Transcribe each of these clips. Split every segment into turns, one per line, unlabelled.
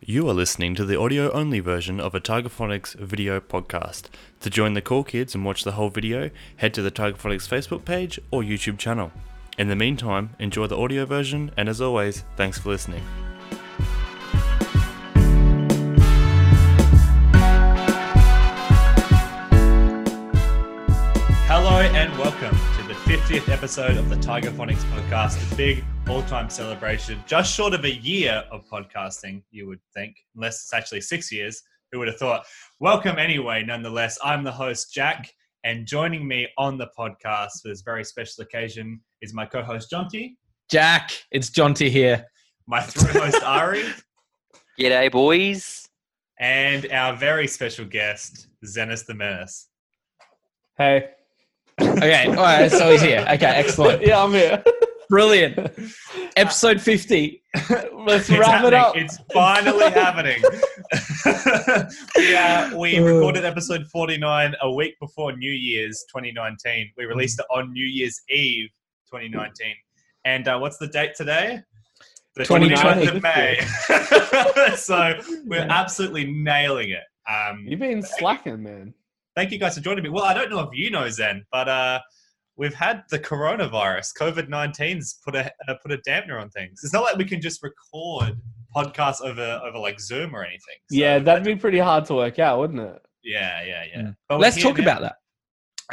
You are listening to the audio only version of a Tigerphonics video podcast. To join the cool kids and watch the whole video, head to the Tigerphonics Facebook page or YouTube channel. In the meantime, enjoy the audio version, and as always, thanks for listening.
Hello and welcome to the 50th episode of the Tiger Phonics podcast, the big all time celebration. Just short of a year of podcasting, you would think, unless it's actually six years. Who would have thought? Welcome anyway, nonetheless. I'm the host, Jack, and joining me on the podcast for this very special occasion is my co host, Jonty,
Jack, it's Jonty here.
my through host, Ari,
G'day, boys.
and our very special guest, Zenis the Menace.
Hey.
Okay, all right, so he's here. Okay, excellent.
Yeah, I'm here.
Brilliant. Episode 50.
Let's
It's
wrap it
happening.
up.
It's finally happening. we, uh, we recorded episode 49 a week before New Year's 2019. We released it on New Year's Eve 2019. And uh, what's the date today? The 29th of
29th.
May. so we're absolutely nailing it. Um,
You've been slacking, man.
thank you guys for joining me. Well, I don't know if you know Zen, but uh, we've had the coronavirus. COVID 19's put a uh, put a dampener on things. It's not like we can just record podcasts over over like Zoom or anything. So,
yeah, that'd be pretty hard to work out, wouldn't it?
yeah, yeah, yeah.
Mm.
But we're
Let's
here
talk
now.
about that.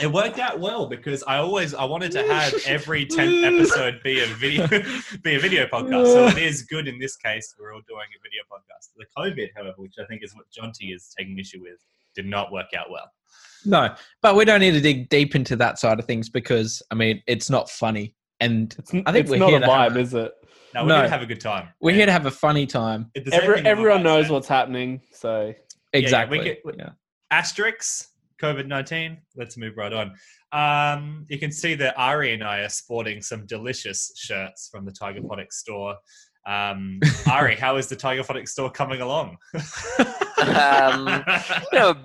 It worked out well because I always I wanted to have every tenth episode be a video be a video podcast. So it is good in this case. We're all doing a video podcast. The COVID, however, which I think is what Jonty is taking issue with, did not work out well.
No, but we don't need to dig deep into that side of things because, I mean, it's not funny. And
It's, n-
I think
it's
we're
not
here
a
to have
vibe, is it?
Now we're
No.
gonna have a good time.
we're here to have a funny time.
It- the same
Every,
thing with
everyone
my-
knows what's happening, so
yeah, we
Exactly.
get- we-
Yeah.
asterisks COVID 19. Let's move right on. Um, you can see that Ari and I are sporting some delicious shirts from the Tiger Phonics store. Um, Ari, how is the Tiger Phonics store coming along?
Um, You know,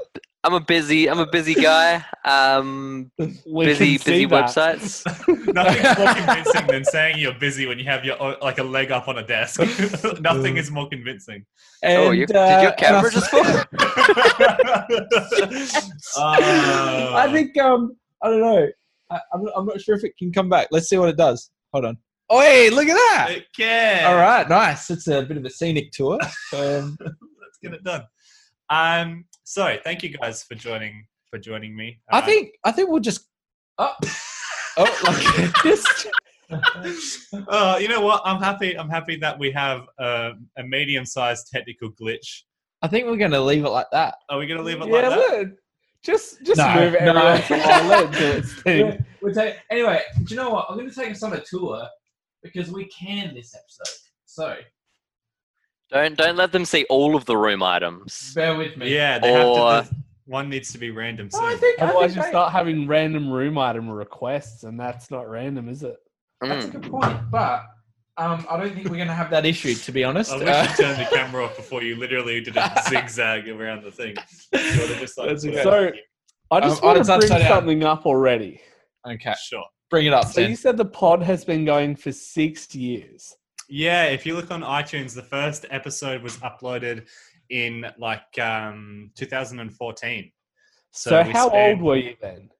I'm a busy, I'm a busy guy. Um,
we
busy,
can
busy
see that.
websites.
Nothing's more convincing than saying you're busy when you have your o- like a leg up on a desk. Nothing
Mm.
is more convincing.
oh, you,
And,
did
uh,
your
and
camera
I-
just fall?
Oh.
I think, um, I don't know. I, I'm, not- I'm not sure if it can come back. Let's see what it does. Hold on. Oh, hey, look at that.
Okay.
All right, nice. It's a bit of a scenic tour. Um,
Let's get it done. Um, so thank you guys for joining for joining me.
I
Uh,
think I think we'll just. Oh, oh like, just
uh, you know what? I'm happy. I'm happy that we have uh, a medium-sized technical glitch.
I think we're going to leave it like that.
Are we gonna leave it
yeah,
like that?
look. Just, just
No,
move
no.
everyone along. Let it do its thing.
We'll take, anyway, do you know what? I'm going to take us on a tour because we can this episode. So
Don't don't let them see all of the room items.
bear with
Yeah, they
Or-
have to. One needs to be random. So.
Oh, I think, I
Otherwise,
think
you
that-
start having random room item requests, and that's not random, is it?
that's a
Mm.
good point, but um, I don't think we're going to have that issue. To be honest,
I wish
Uh,
you turned the camera off before you literally did a zigzag around the thing. You would've just, like,
That's
put
okay.
it on
I just
Um,
want
it's
to bring
upside down.
something up already.
okay,
Sure.
bring it up.
So you
then.
said the pod has been going for six years.
Yeah, if you look on iTunes, the first episode was uploaded in like um, 2014.
So,
we
how
spent-
old were you then?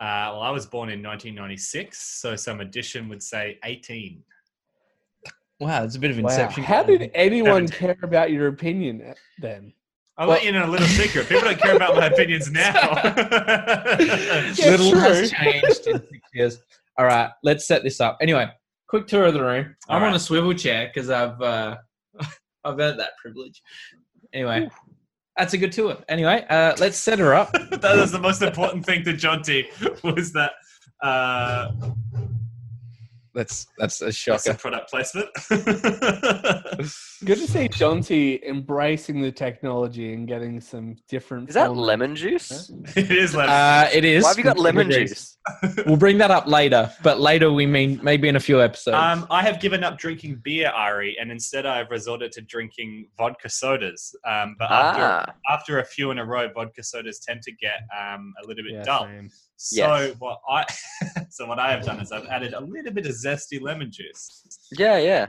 Uh, well, I was born in 1996, so some addition would say 18.
wow, it's a bit of
Wow.
inception.
How did anyone
17.
care about your opinion eh, then?
I'll
Well-
let you know a little secret. People don't care about my opinions now.
Yeah,
little has
true.
changed in six years. All right, let's set this up. Anyway, quick tour of the room.
All
I'm on
right.
a swivel chair because I've uh, I've earned that privilege. Anyway, that's a good tour. Anyway, uh, let's set her up.
that was the most important thing to Jonty was that uh,
That's that's a
that's a
shocker.
product placement.
Good to see Jonty embracing the technology and getting some different.
Is that
forms.
lemon juice?
it is like
Uh, it is.
Why have you got lemon juice?
We'll bring that up later, but later we mean maybe in a few episodes.
Um, I have given up drinking beer, Ari, and instead I have resorted to drinking vodka sodas. Um, but after,
Ah,
after a few in a row, vodka sodas tend to get um, a little bit
Yeah,
dull.
same.
So
Yes.
what I so what I have done is I've added a little bit of zesty lemon juice.
yeah, yeah.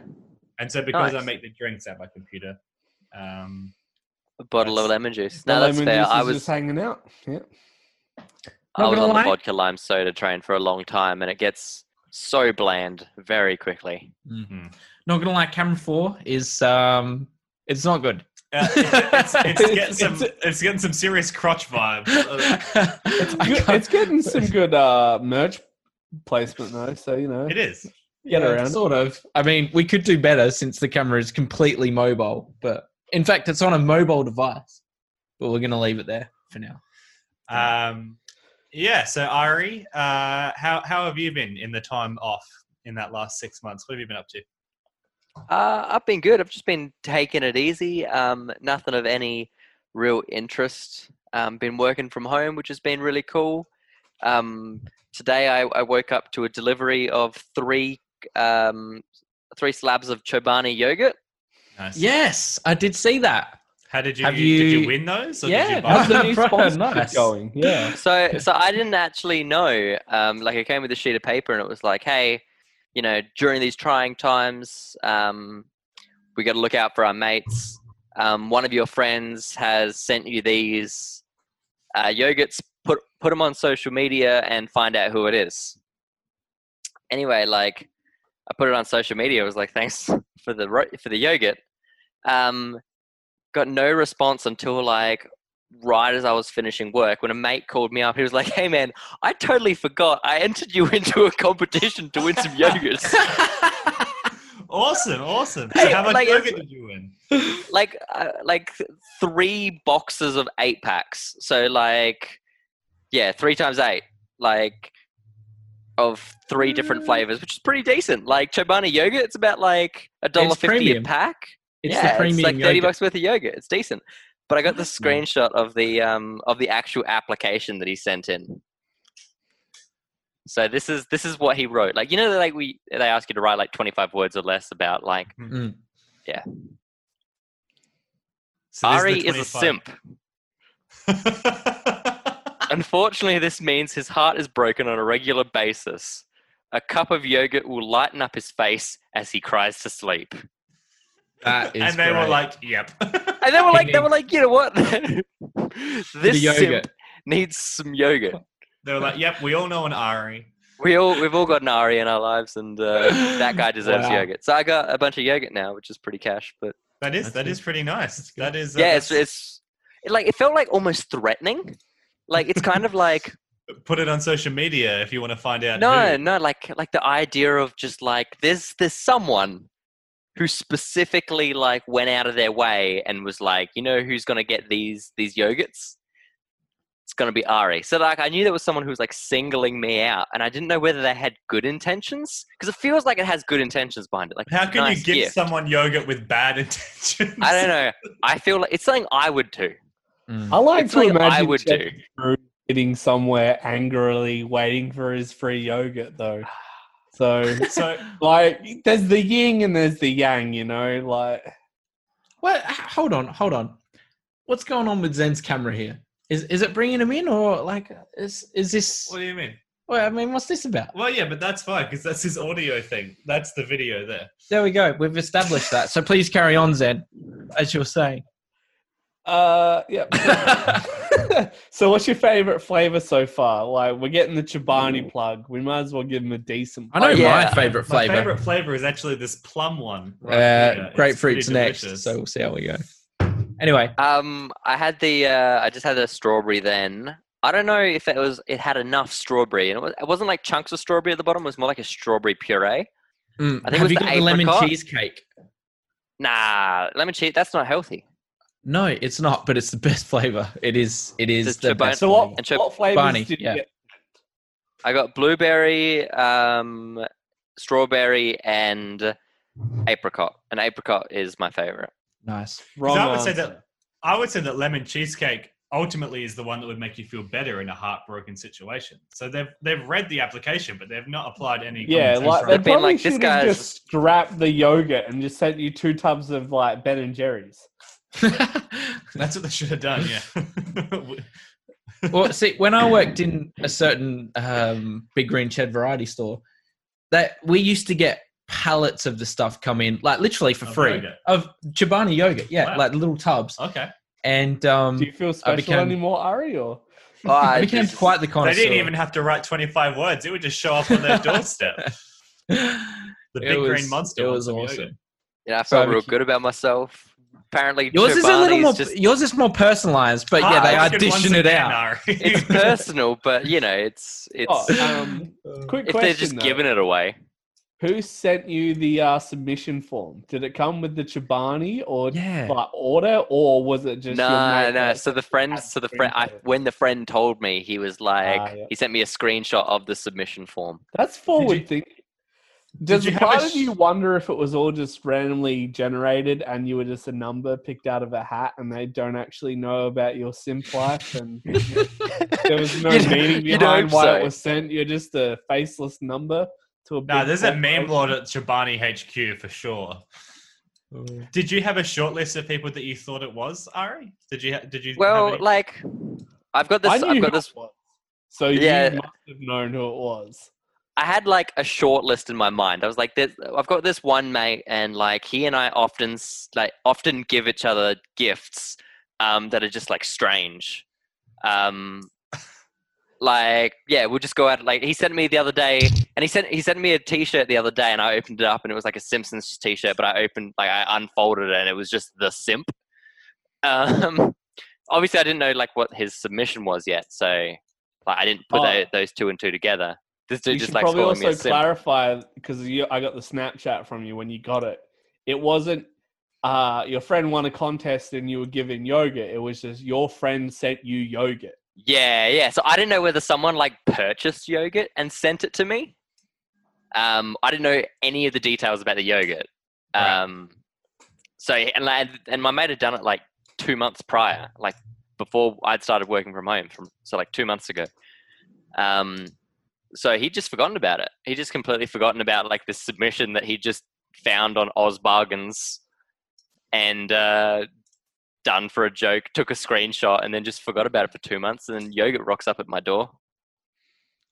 And so because I
Nice.
make the drinks at my computer, Um,
A bottle of
That's-
lemon juice.
The
No, that's
lemon
fair.
juice
I
is
was
just hanging out. Yeah.
I
Not
was
gonna
on the
lie.
vodka lime soda train for a long time, and it gets so bland very quickly.
Mm.
hmm.
Not gonna lie, Cameron Four is um, it's not good.
uh, it's, it's, it's getting some,
It's-
it's getting some serious crotch vibes. Uh,
It's,
I
good,
can't-
it's getting some good uh, merch placement though, so you know.
It is.
Get
Yeah,
around it.
Sort of. I mean, we could do better since the camera is completely mobile. But in fact, it's on a mobile device. But we're gonna leave it there for now.
Um, yeah. So Ari, uh, how how have you been in the time off in that last six months? What have you been up to?
Uh, I've been good. I've just been taking it easy. Um, nothing of any real interest. Um, been working from home, which has been really cool. Um, today I, I woke up to a delivery of three um, three slabs of Chobani yogurt.
Nice.
Yes, I did see that.
How did you,
Have
did you
you-
win those? Or did
Yeah,
you
How's
buy
that's
the
them?
new
Bro,
sponsorship
nice.
going? Yeah.
So so I didn't actually know. Um, like it came with a sheet of paper and it was like, hey, you know, during these trying times, um, we got to look out for our mates. Um, one of your friends has sent you these uh, yogurts. Put put them on social media and find out who it is. Anyway, like I put it on social media. I was like, thanks for the ro- for the yogurt. Um, got no response until like right as I was finishing work when a mate called me up. He was like, "Hey man, I totally forgot. I entered you into a competition to win some yogurts."
awesome, awesome.
Hey,
so how much
like, it's-
yogurt did you win?
like uh, like th- three boxes of eight packs. So like yeah, three times eight. Like of three different flavors, which is pretty decent. Like Chobani yogurt, it's about like a dollar fifty a
premium.
pack.
It's
yeah,
the premium
it's like thirty
yogurt.
bucks worth of yogurt. It's decent. But I got the screenshot of the um of the actual application that he sent in. So this is this is what he wrote. Like you know, like we they ask you to write like twenty five words or less about like
So this
Ari
the
is a
25.
simp. Unfortunately, this means his heart is broken on a regular basis. A cup of yogurt will lighten up his face as he cries to sleep.
That is
and they were
great.
like, "Yep."
And they were like, they were like, you know what?
the
this
yogurt.
simp needs some yogurt.
they were like, "Yep." We all know an Ari.
We all we've all got an Ari in our lives, and uh, that guy deserves
Wow.
yogurt. So I got a bunch of yogurt now, which is pretty cash. But
That is
That's
that
good.
is pretty nice. That is uh,
yeah, it's,
that's-
it's it, like it felt like almost threatening. Like it's kind of like
put it on social media if you want to find out.
no
who.
no like like the idea of just like there's there's someone who specifically like went out of their way and was like you know who's gonna get these these yogurts it's gonna be ari so like i knew there was someone who was like singling me out and i didn't know whether they had good intentions because it feels like it has good intentions behind it like
How
it's a
can
nice
you give
gift.
someone yogurt with bad intentions?
i don't know i feel like it's something i would do
I like
it's
to
something
imagine
i would
Jeff
do
sitting somewhere angrily waiting for his free yogurt though. So
So
like there's the yin and there's the yang, you know, like
Well, h- hold on, hold on. What's going on with Zen's camera here? Is is it bringing him in or like is is this?
what do you mean?
Well, I mean, what's this about?
Well, yeah, but that's fine because that's his audio thing. That's the video there.
There we go. We've established that. So please carry on, Zen, as you were saying.
Uh, yeah. so, what's your favorite flavor so far? Like, we're getting the Chobani plug. We might as well give him a decent.
I know
Oh, yeah.
my favorite
My
flavor.
favorite flavor is actually this plum one. right here.
uh,
It's
grapefruit's
pretty
next.
delicious.
So we'll see how we go. Anyway,
Um, I had the uh, I just had the strawberry then. I don't know if it was it had enough strawberry, and it, was, it wasn't like chunks of strawberry at the bottom. It was more like a strawberry puree.
mm,
I think it
have
was
you
the
got the lemon
apricot.
cheesecake?
Nah, lemon cheese. That's not healthy.
No, it's not. But it's the best flavor. It is. It is
Just
the
to buy-
best.
So, what,
And Chob-
what flavors
Barney,
did you
yeah.
get?
I got blueberry, um, strawberry, and apricot. And apricot is my favorite.
Nice.
'Cause
Wrong
I would say
answer.
that I would say that lemon cheesecake ultimately is the one that would make you feel better in a heartbroken situation. So they've they've read the application, but they've not applied any.
Yeah,
common
like
sense
They've
they
around it.
been
probably
like, this
should have
guy's-
just scrapped the yogurt and just sent you two tubs of like Ben and Jerry's.
That's what they should have done. Yeah.
well, see, when I worked in a certain um, big green shed variety store, that we used to get pallets of the stuff come in, like literally for
Of
free
yogurt?
of Chobani yogurt. Yeah,
Wow.
like little tubs.
Okay.
And um,
Do you feel special
became-
anymore, Ari? Or
I became
just-
quite the
They
connoisseur.
didn't even have to write 25 words. It would just show up on their doorstep. The
It
big green
was-
monster.
It
wants
was
some
awesome.
yogurt.
You know, I
So
felt
we
real
keep-
good about myself. Apparently,
Yours is a little more.
Chobani's just
yours is more personalized, but
Ah,
yeah,
that's
they
good once
audition it
again,
out.
Ari.
it's personal, but you know, it's it's
Oh, um,
Uh,
quick
if
question.
they're just
though.
giving it away.
Who sent you the uh, submission form? Did it come with the Chobani or
Yeah.
by order, or was it just? your
No,
mate
no.
that-
So the friend, so the friend, I,
printed it.
when the friend told me, he was like,
Ah, yeah.
he sent me a screenshot of the submission form.
That's forward
you-
thinking. Does
you have a
part
sh-
of you wonder if it was all just randomly generated and you were just a number picked out of a hat and they don't actually know about your simp life and there was no
You d-
meaning
you'd hope
behind why
so.
it was sent? You're just a faceless number to a.
Nah,
big
there's a meme
corporation.
lord at Chobani HQ for sure. Did you have a short list of people that you thought it was, Ari? Did you? Ha- did you? have
Well,
any-
like, I've got this.
I knew
I've
who
got
it
this.
was. So
Yeah.
you must have known who it was.
I had like a short list in my mind. I was like, "There's- I've got this one mate, and like he and I often s- like often give each other gifts um, that are just like strange. Um, like yeah, we'll just go out. Like he sent me the other day, and he sent he sent me a T-shirt the other day, and I opened it up, and it was like a Simpsons T-shirt, but I opened like I unfolded it, and it was just the simp. Um, obviously, I didn't know like what his submission was yet, so like I didn't put
Oh.
tho- those two and two together. This dude
you
just
should
likes
probably
calling me
also
a simp.
clarify because I got the Snapchat from you when you got it. It wasn't uh, your friend won a contest and you were given yogurt. It was just your friend sent you yogurt.
Yeah, yeah. So I didn't know whether someone like purchased yogurt and sent it to me. Um, I didn't know any of the details about the yogurt.
Right.
Um, so and like, and my mate had done it like two months prior, like before I'd started working from home, from so like two months ago. Um, so he'd just forgotten about it. He just completely forgotten about like this submission that he just found on Oz Bargains, and uh, done for a joke, took a screenshot, and then just forgot about it for two months. And then yogurt rocks up at my door.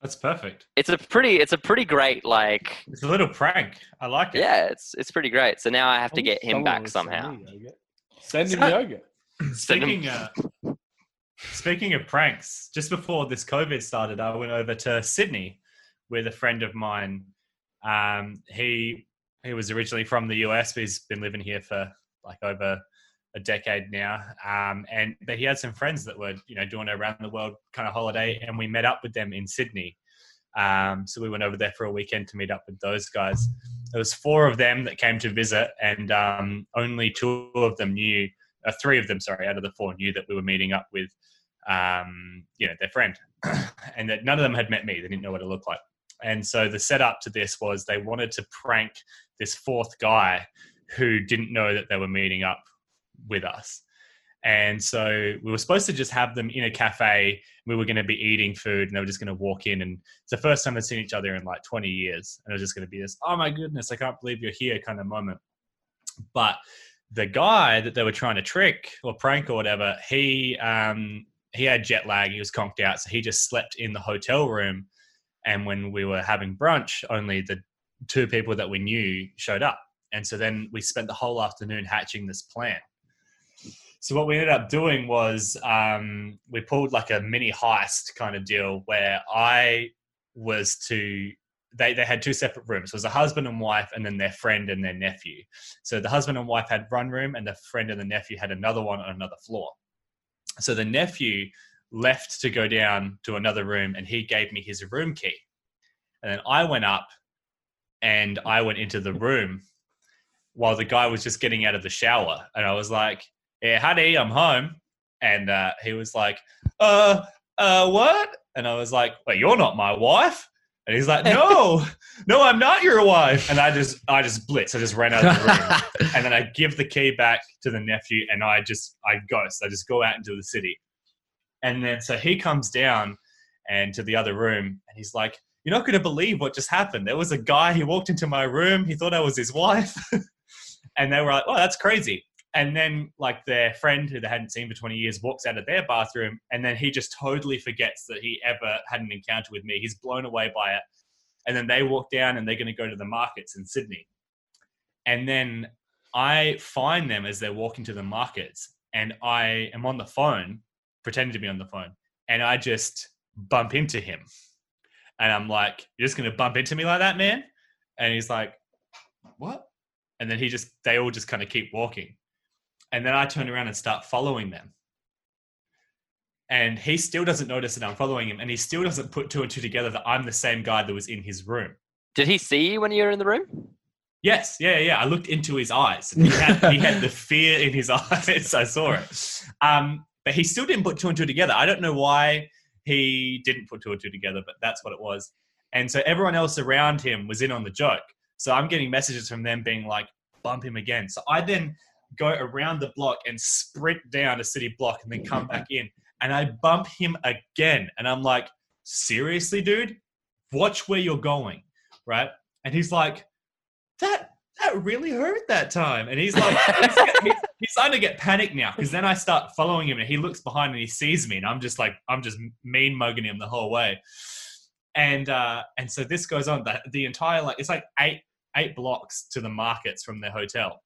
That's perfect.
It's a pretty, it's a pretty great like,
It's a little prank. I like it.
yeah, it's it's pretty great. So now I have to
I
get
wish
him
someone
back
would
somehow.
Send, me yogurt. send him
So-
yogurt.
Send him-
Speaking, uh, speaking of pranks, just before this COVID started, I went over to Sydney with a friend of mine. Um, he he was originally from the US, but he's been living here for like over a decade now. Um, and but he had some friends that were you know doing a around the world kind of holiday, and we met up with them in Sydney. Um, so we went over there for a weekend to meet up with those guys. There was four of them that came to visit, and um, only two of them knew uh, three of them, sorry, out of the four knew that we were meeting up with, um, you know, their friend, and that none of them had met me. They didn't know what it looked like. And so the setup to this was they wanted to prank this fourth guy who didn't know that they were meeting up with us. And so we were supposed to just have them in a cafe. We were going to be eating food and they were just going to walk in. And it's the first time they'd seen each other in like 20 years. And it was just going to be this, oh my goodness, I can't believe you're here kind of moment. But the guy that they were trying to trick or prank or whatever, he um, he had jet lag. He was conked out, so he just slept in the hotel room. And when we were having brunch, only the two people that we knew showed up. And so then we spent the whole afternoon hatching this plan. So what we ended up doing was um, we pulled like a mini heist kind of deal where I was to they they had two separate rooms. It was a husband and wife, and then their friend and their nephew. So the husband and wife had one room, and the friend and the nephew had another one on another floor. So the nephew left to go down to another room, and he gave me his room key. And then I went up, and I went into the room while the guy was just getting out of the shower, and I was like, "Yeah, honey, I'm home." And uh, he was like, "Uh, uh, what?" And I was like, "Wait, you're not my wife." And he's like, "No, no, I'm not your wife." And I just, I just blitz. I just ran out of the room and then I give the key back to the nephew, and I just I ghost. I just go out into the city, and then so he comes down and to the other room, and he's like, "You're not going to believe what just happened. There was a guy. He walked into my room. He thought I was his wife, and they were like, "Oh, that's crazy." And then like their friend who they hadn't seen for 20 years walks out of their bathroom, and then he just totally forgets that he ever had an encounter with me. He's blown away by it. and then they walk down and they're going to go to the markets in Sydney. And then I find them as they're walking to the markets, and I am on the phone, pretending to be on the phone, and I just bump into him. And I'm like, You're just going to bump into me like that, man? And he's like, What? And then he just, they all just kind of keep walking. And then I turn around and start following them. And he still doesn't notice that I'm following him, and he still doesn't put two and two together that I'm the same guy that was in his room.
Did he see you when you were in the room?
Yes, yeah, yeah. I looked into his eyes. He had, he had the fear in his eyes. I saw it. Um, but he still didn't put two and two together. I don't know why he didn't put two and two together, but that's what it was. And so everyone else around him was in on the joke. So I'm getting messages from them being like, bump him again. So I then go around the block and sprint down a city block and then come back in. And I bump him again. And I'm like, seriously, dude? Watch where you're going. Right. And he's like, that that really hurt that time. And he's like, he's, he's, he's starting to get panicked now because then I start following him and he looks behind and he sees me and I'm just like, I'm just mean mugging him the whole way. And uh, and so this goes on the, the entire like it's like eight eight blocks to the markets from their hotel.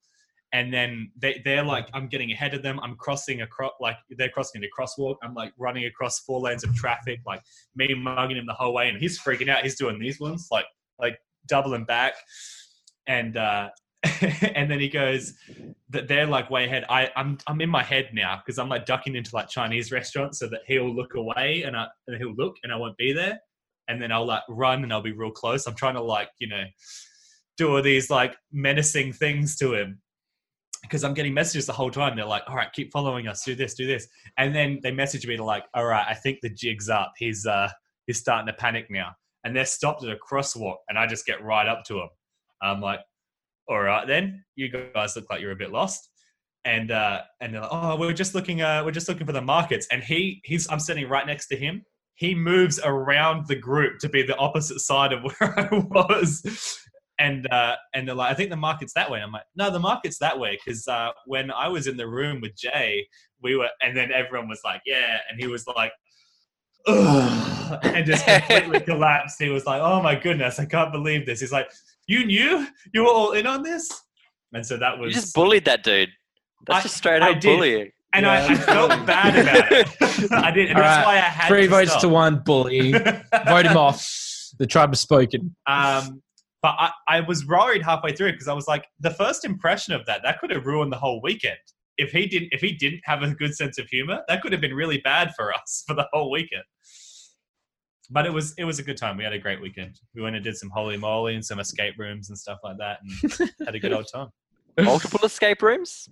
And then they, they're like, I'm getting ahead of them. I'm crossing across, like they're crossing into crosswalk. I'm like running across four lanes of traffic, like me mugging him the whole way. And he's freaking out. He's doing these ones, like like doubling back and uh, and then he goes that they're like way ahead. I I'm I'm in my head now because I'm like ducking into like Chinese restaurants so that he'll look away and I and he'll look and I won't be there, and then I'll like run and I'll be real close. I'm trying to like you know do all these like menacing things to him because I'm getting messages the whole time. They're like, all right, keep following us, do this, do this, and then they message me to like, all right, I think the jig's up. He's uh he's starting to panic now. And they're stopped at a crosswalk, and I just get right up to him. I'm like, all right, then you guys look like you're a bit lost. And uh, and they're like, oh, we're just looking, uh, we're just looking for the markets. And he, he's, I'm sitting right next to him. He moves around the group to be the opposite side of where I was. And uh, and they're like, I think the market's that way. And I'm like, no, the market's that way because uh, when I was in the room with Jay, we were, and then everyone was like, yeah, and he was like, Ugh, and just completely collapsed. He was like, oh my goodness, I can't believe this. He's like, you knew you were all in on this and so that
You
was
just bullied that dude. That's
I-
just straight
I
up
did.
bullying.
and I, I
Yeah.
felt bad about it i did and
All
that's
right,
why i had
Three
to
votes
stop.
to one, bully. Vote him off. The tribe has spoken.
um but I, I was worried halfway through because i was like the first impression of that that could have ruined the whole weekend if he didn't if he didn't have a good sense of humor that could have been really bad for us for the whole weekend but it was it was a good time. We had a great weekend. We went and did some holy moly and some escape rooms and stuff like that, and had a good old time.
Multiple escape rooms?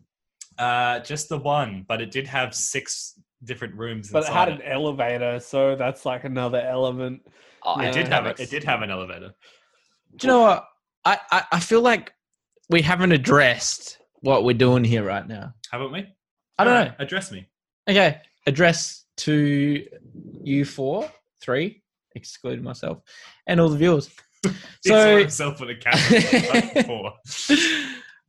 Uh, just the one, but it did have six different rooms.
But it
inside
had an elevator, so that's like another element.
Oh,
Yeah.
It did
uh,
have it. It did have an elevator.
Do you know what? I, I, I feel like we haven't addressed what we're doing here right now.
Haven't we?
I don't know.
Alright, Address me.
Okay, address to you four, three, excluding myself, and all the viewers.
He saw
So,
himself with a camera. Four.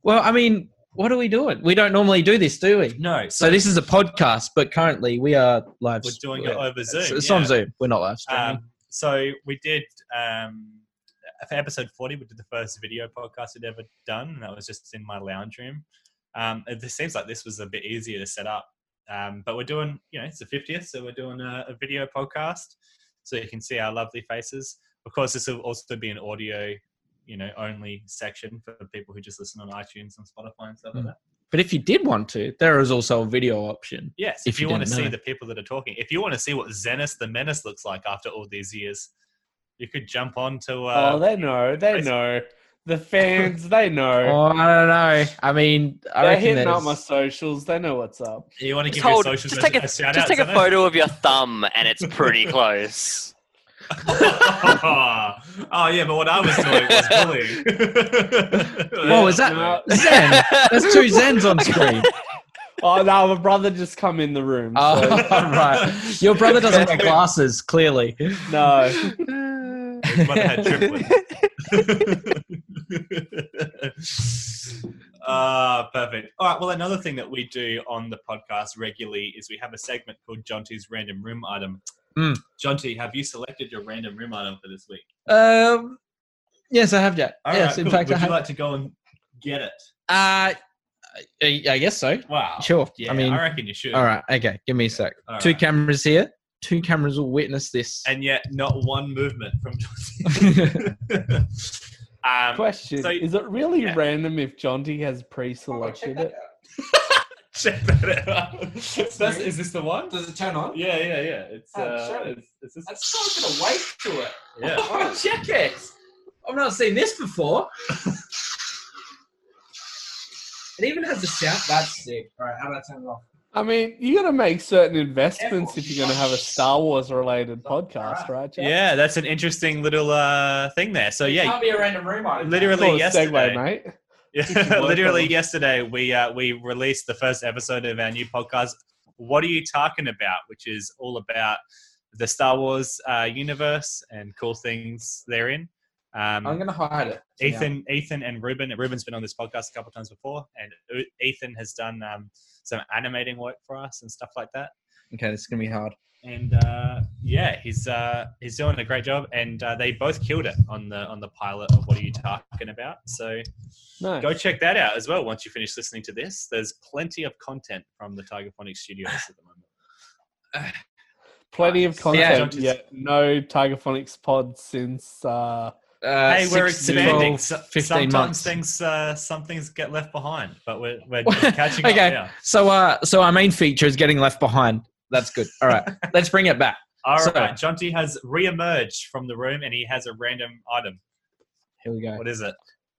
well, I mean, what are we doing? We don't normally do this, do we?
No,
So this is a podcast, but currently we are live.
we're doing it over Zoom.
It's, it's
yeah.
on Zoom. We're not live streaming.
Um, so we did um, for episode forty. We did the first video podcast we'd ever done, and that was just in my lounge room. Um, it just seems like this was a bit easier to set up, um, but we're doing you know it's the fiftieth, so we're doing a, a video podcast, so you can see our lovely faces. Of course, this will also be an audio, you know, only section for people who just listen on iTunes and Spotify and stuff like
Mm.
that.
but if you did want to, there is also a video option.
Yes,
If
if,
you
you, want to
didn't know.
see the people that are talking, if you want to see what Zenos the Menace looks like after all these years, you could jump on to. Uh,
oh, they know, they
it's-
know. The fans, they know.
Oh, I don't know. I mean, I
They're
reckon
hitting up
there's,
my socials. They know what's up.
You want to
Just
give
hold.
your socials
Just take a,
a, shout
just
out?
take a
Zeno?
photo of your thumb, and it's pretty close.
oh yeah, but what I was doing was bullying.
Whoa, is that-
No.
Zen. There's two Zens on screen.
Oh no, my brother just come in the room.
Oh,
so-
right. Your brother doesn't wear glasses, clearly.
no,
His mother had triplets. Ah, perfect. All right. Well, another thing that we do on the podcast regularly is we have a segment called Jonty's Random Room Item.
Hmm.
Jonty, have you selected your random room item for this week?
Um, Yes, I have, Jack.
All right,
yes, in
cool.
fact,
would
I
you
have.
like to go and get it?
uh, I, I guess so.
Wow.
Sure.
Yeah,
I mean,
I reckon you should.
all right. Okay, give me a sec.
All
Two
right.
cameras here. Two cameras will witness this.
and yet not one movement from John. um,
Question:
So-
Is it really
Yeah.
random if Jonty has pre-selected it?
check that out. Is this- is this the one?
Does it turn on?
Yeah, yeah, yeah. It's
Oh,
uh,
shit.
it's, it's this.
That's not gonna wait to it.
Yeah.
Oh, check it. I've not seen this before. it even has a sound. That's sick. All right, how about turn it off?
I mean, you got to make certain investments if you're going to have a Star Wars related podcast, right? Jack?
Yeah, that's an interesting little uh, thing there. So
it
yeah,
can't be a random room item.
Cool
literally yesterday,
segue, mate.
yeah, literally yesterday we uh, we released the first episode of our new podcast. What are you talking about? Which is all about the Star Wars uh, universe and cool things therein. Um,
I'm gonna hide it. for now.
Ethan, Ethan, and Ruben. Ruben's been on this podcast a couple times before, and U- Ethan has done um, some animating work for us and stuff like that.
Okay, this is gonna be hard.
And uh, yeah, he's uh, he's doing a great job, and uh, they both killed it on the on the pilot of What Are You Talking About? So
No.
go check that out as well. Once you finish listening to this, there's plenty of content from the Tiger Phonics Studios at the moment.
Plenty of content.
Jonty's-
Yeah. No Tiger Phonics pod since. Uh,
Uh,
hey, we're
six to
expanding.
12,
So-
15
Sometimes
months.
things uh, some things get left behind, but we're we're just catching
Okay.
up now.
So, uh, so our main feature is getting left behind. That's good. All right, let's bring it back.
All
So-
right, Jonty has re-emerged from the room and he has a random item.
Here we go.
What is it?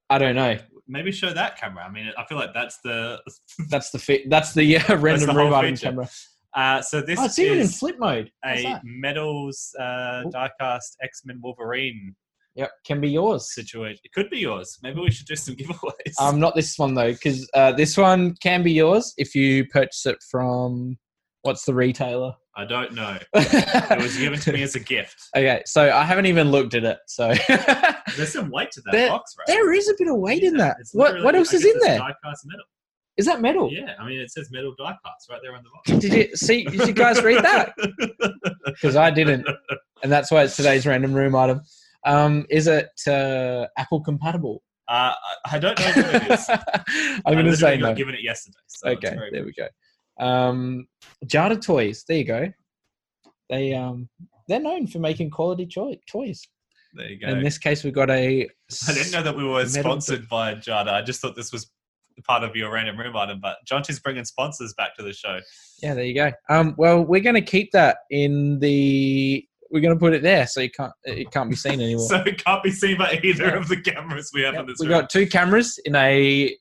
I don't know.
Maybe show that camera. I mean, I feel like that's the.
That's the fi- that's the uh, random
the
room
whole
item
feature.
camera.
Uh, so this
Oh, it's even in
is
flip mode. How's
a
that?
medals uh,
Ooh.
diecast X Men Wolverine
Yep, can be yours.
situation. It could be yours. Maybe we should do some giveaways.
Um, not this one though, because uh, this one can be yours if you purchase it from what's the retailer?
I don't know. It was
okay,
given to me as a gift.
so I haven't even looked at it. So
There's some weight to that
There-
box, right?
there is a bit of weight in
Yeah,
that.
it's
What
literally-
what else
I
is
guess
in
it's
there? Is
Diecast metal.
that metal?
Yeah, I mean, it says metal diecast right there on the box.
Did you see? Did you guys read that? Because I didn't, and that's why it's today's random room item. Um, is it uh, Apple compatible?
Uh, I- I don't know what it is.
I'm
I
going to
literally
say
got
no.
Given it yesterday. So it's
Okay,
very
there we go. Um, Jada Toys, there you go. They um, they're known for making quality cho- toys.
There you go.
In this case, we got a.
I didn't know that we were
Metal-
sponsored by Jada. I just thought this was part of your random room item. But Jonty's bringing sponsors back to the show.
Yeah, there you go. Um, well, we're going to keep that in the. We're going to put it there, so you can't it can't be seen anymore.
So it can't be seen by either of the cameras we have
Yep,
in this
we
room.
got two cameras in a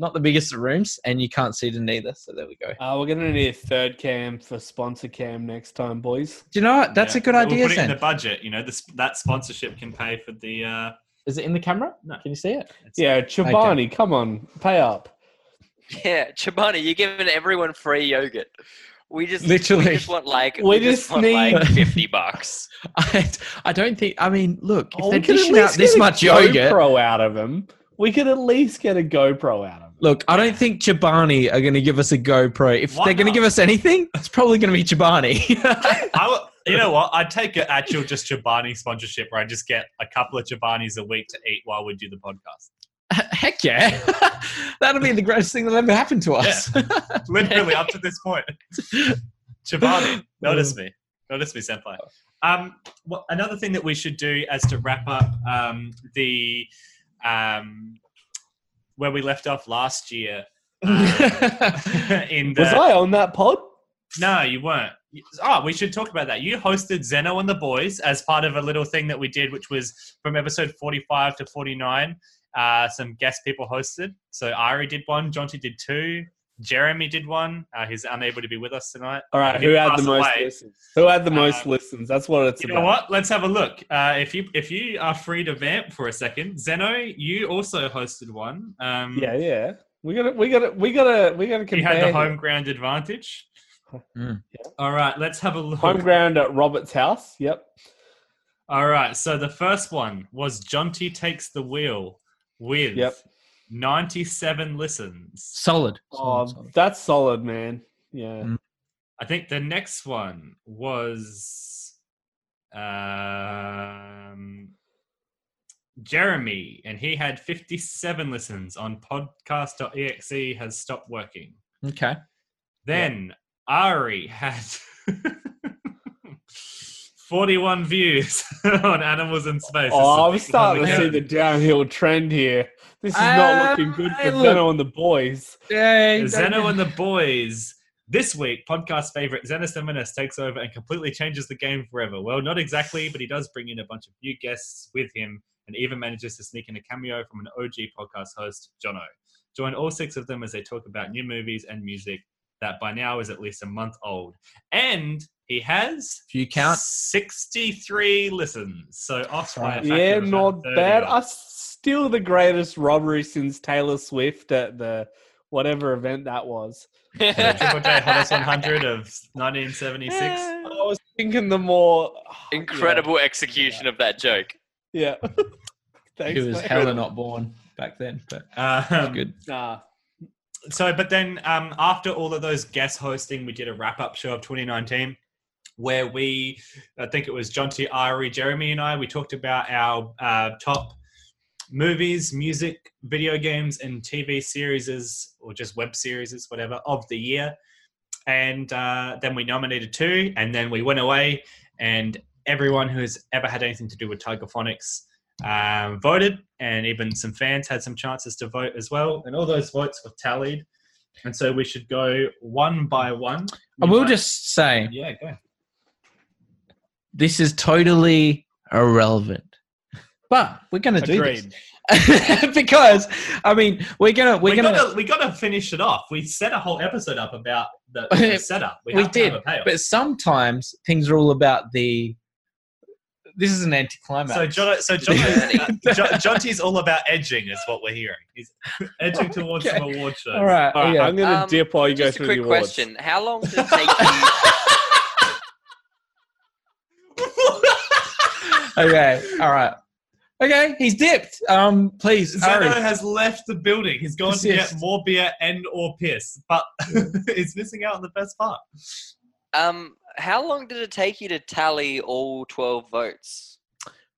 not the biggest of rooms, and you can't see it in either. So there we go.
uh, we're going to need a third cam for sponsor cam next time, boys.
Do you know what? That's
Yeah.
a good
We'll
idea.
Put it in
Then
the budget. You know, this, that sponsorship can pay for the. Uh,
is it in the camera?
No.
Can you see it?
it's-
Yeah, Chobani, come on, pay up.
Yeah, Chobani, you're giving everyone free yogurt. We just
Literally.
we just want like
We
we, just,
just
want like
need-
fifty bucks.
I, I don't think. I mean, look, if
Oh,
they're
we could at
dishing out
least
this
get a
much yogurt,
GoPro out of him. We could at least get a GoPro out of him.
Look, I don't think Chobani are going to give us a GoPro. If
Why
they're going to
not?
give us anything, it's probably going to be Chobani.
I w- you know what? I'd take an actual just Chobani sponsorship where I just get a couple of Chobanis a week to eat while we do the podcast.
Heck yeah. That'll be the greatest thing that ever happened to us.
Literally up to this point. Chobani, notice
Uh.
me. Notice me, Senpai. Um, wha- another thing that we should do as to wrap up um, the um, where we left off last year um, in the
Was I on that pod?
no, you weren't. Oh, we should talk about that. You hosted Zeno and the boys as part of a little thing that we did, which was from episode 45 to 49. Uh, some guest people hosted. So Ari did one, Jonty did two, Jeremy did one. Uh, he's unable to be with us tonight.
All right,
He
who
did
had
pass
the most
away.
listens? Who had the most
Um,
listens? That's what it's
You
about.
know what? Let's have a look. Uh, if you if you are free to vamp for a second, Zeno, you also hosted one. Um,
Yeah, yeah. We gotta, we gotta, we gotta, we gotta
you
compare.
had the
here.
home ground advantage.
Mm.
All right, let's have a look.
home ground at Robert's house. Yep.
All right, so the first one was Jonty takes the wheel with
Yep.
97 listens.
Solid.
Oh,
Solid, solid.
that's solid, man. Yeah.
Mm.
I think the next one was um Jeremy, and he had 57 listens on podcast.exe E has stopped working.
Okay.
Then Ari had 41 views on Animals in Space.
Oh, I'm starting to
Yeah.
see the downhill trend here. This is not looking good
Um, I
for
look-
Zeno and the boys.
Yay.
Zeno and the boys. This week, podcast favorite Zenos the Menace takes over and completely changes the game forever. Well, not exactly, but he does bring in a bunch of new guests with him and even manages to sneak in a cameo from an OG podcast host, Jono. Join all six of them as they talk about new movies and music that by now is at least a month old. And he has
If you count,
63 listens. So off by a factor
Yeah,
of about
not
30.
bad. I still the greatest robbery since Taylor Swift at the whatever event that was.
The Triple J Hottest 100 of 1976.
I was thinking the more
Incredible execution of that joke.
Yeah. yeah. Thanks.
he was
mate.
hella not born back then, but
Um,
good.
Nah.
so but then um, after all of those guest hosting we did a wrap-up show of 2019 where we i think it was john t Irie, jeremy and i we talked about our uh, top movies music video games and tv series or just web series whatever of the year and uh, then we nominated two and then we went away and everyone who's ever had anything to do with tiger phonics um, voted, and even some fans had some chances to vote as well. And all those votes were tallied, and so we should go one by one.
I will
Like-
just say
yeah, go.
this is totally irrelevant, but we're going to do this.
Agreed.
because I mean we're gonna we're
we
gonna
gotta we gotta finish it off. We set a whole episode up about the, the setup. We,
We
have to have
did,
a payoff.
but sometimes things are all about the this is an anticlimax.
so John, so John, John, John T's all about edging, is what we're hearing. He's edging towards
Okay.
some award shows.
all right,
All right,
yeah.
I'm gonna
Um,
dip while you go
Just a
through the
quick
awards.
question: How long did it take you?
okay, all right. Okay, he's dipped. Um please
Zeno
Ari.
has left the building. He's gone to
Persist.
get more beer and or piss, but he's missing out on the best part.
Um, how long did it take you to tally all twelve votes?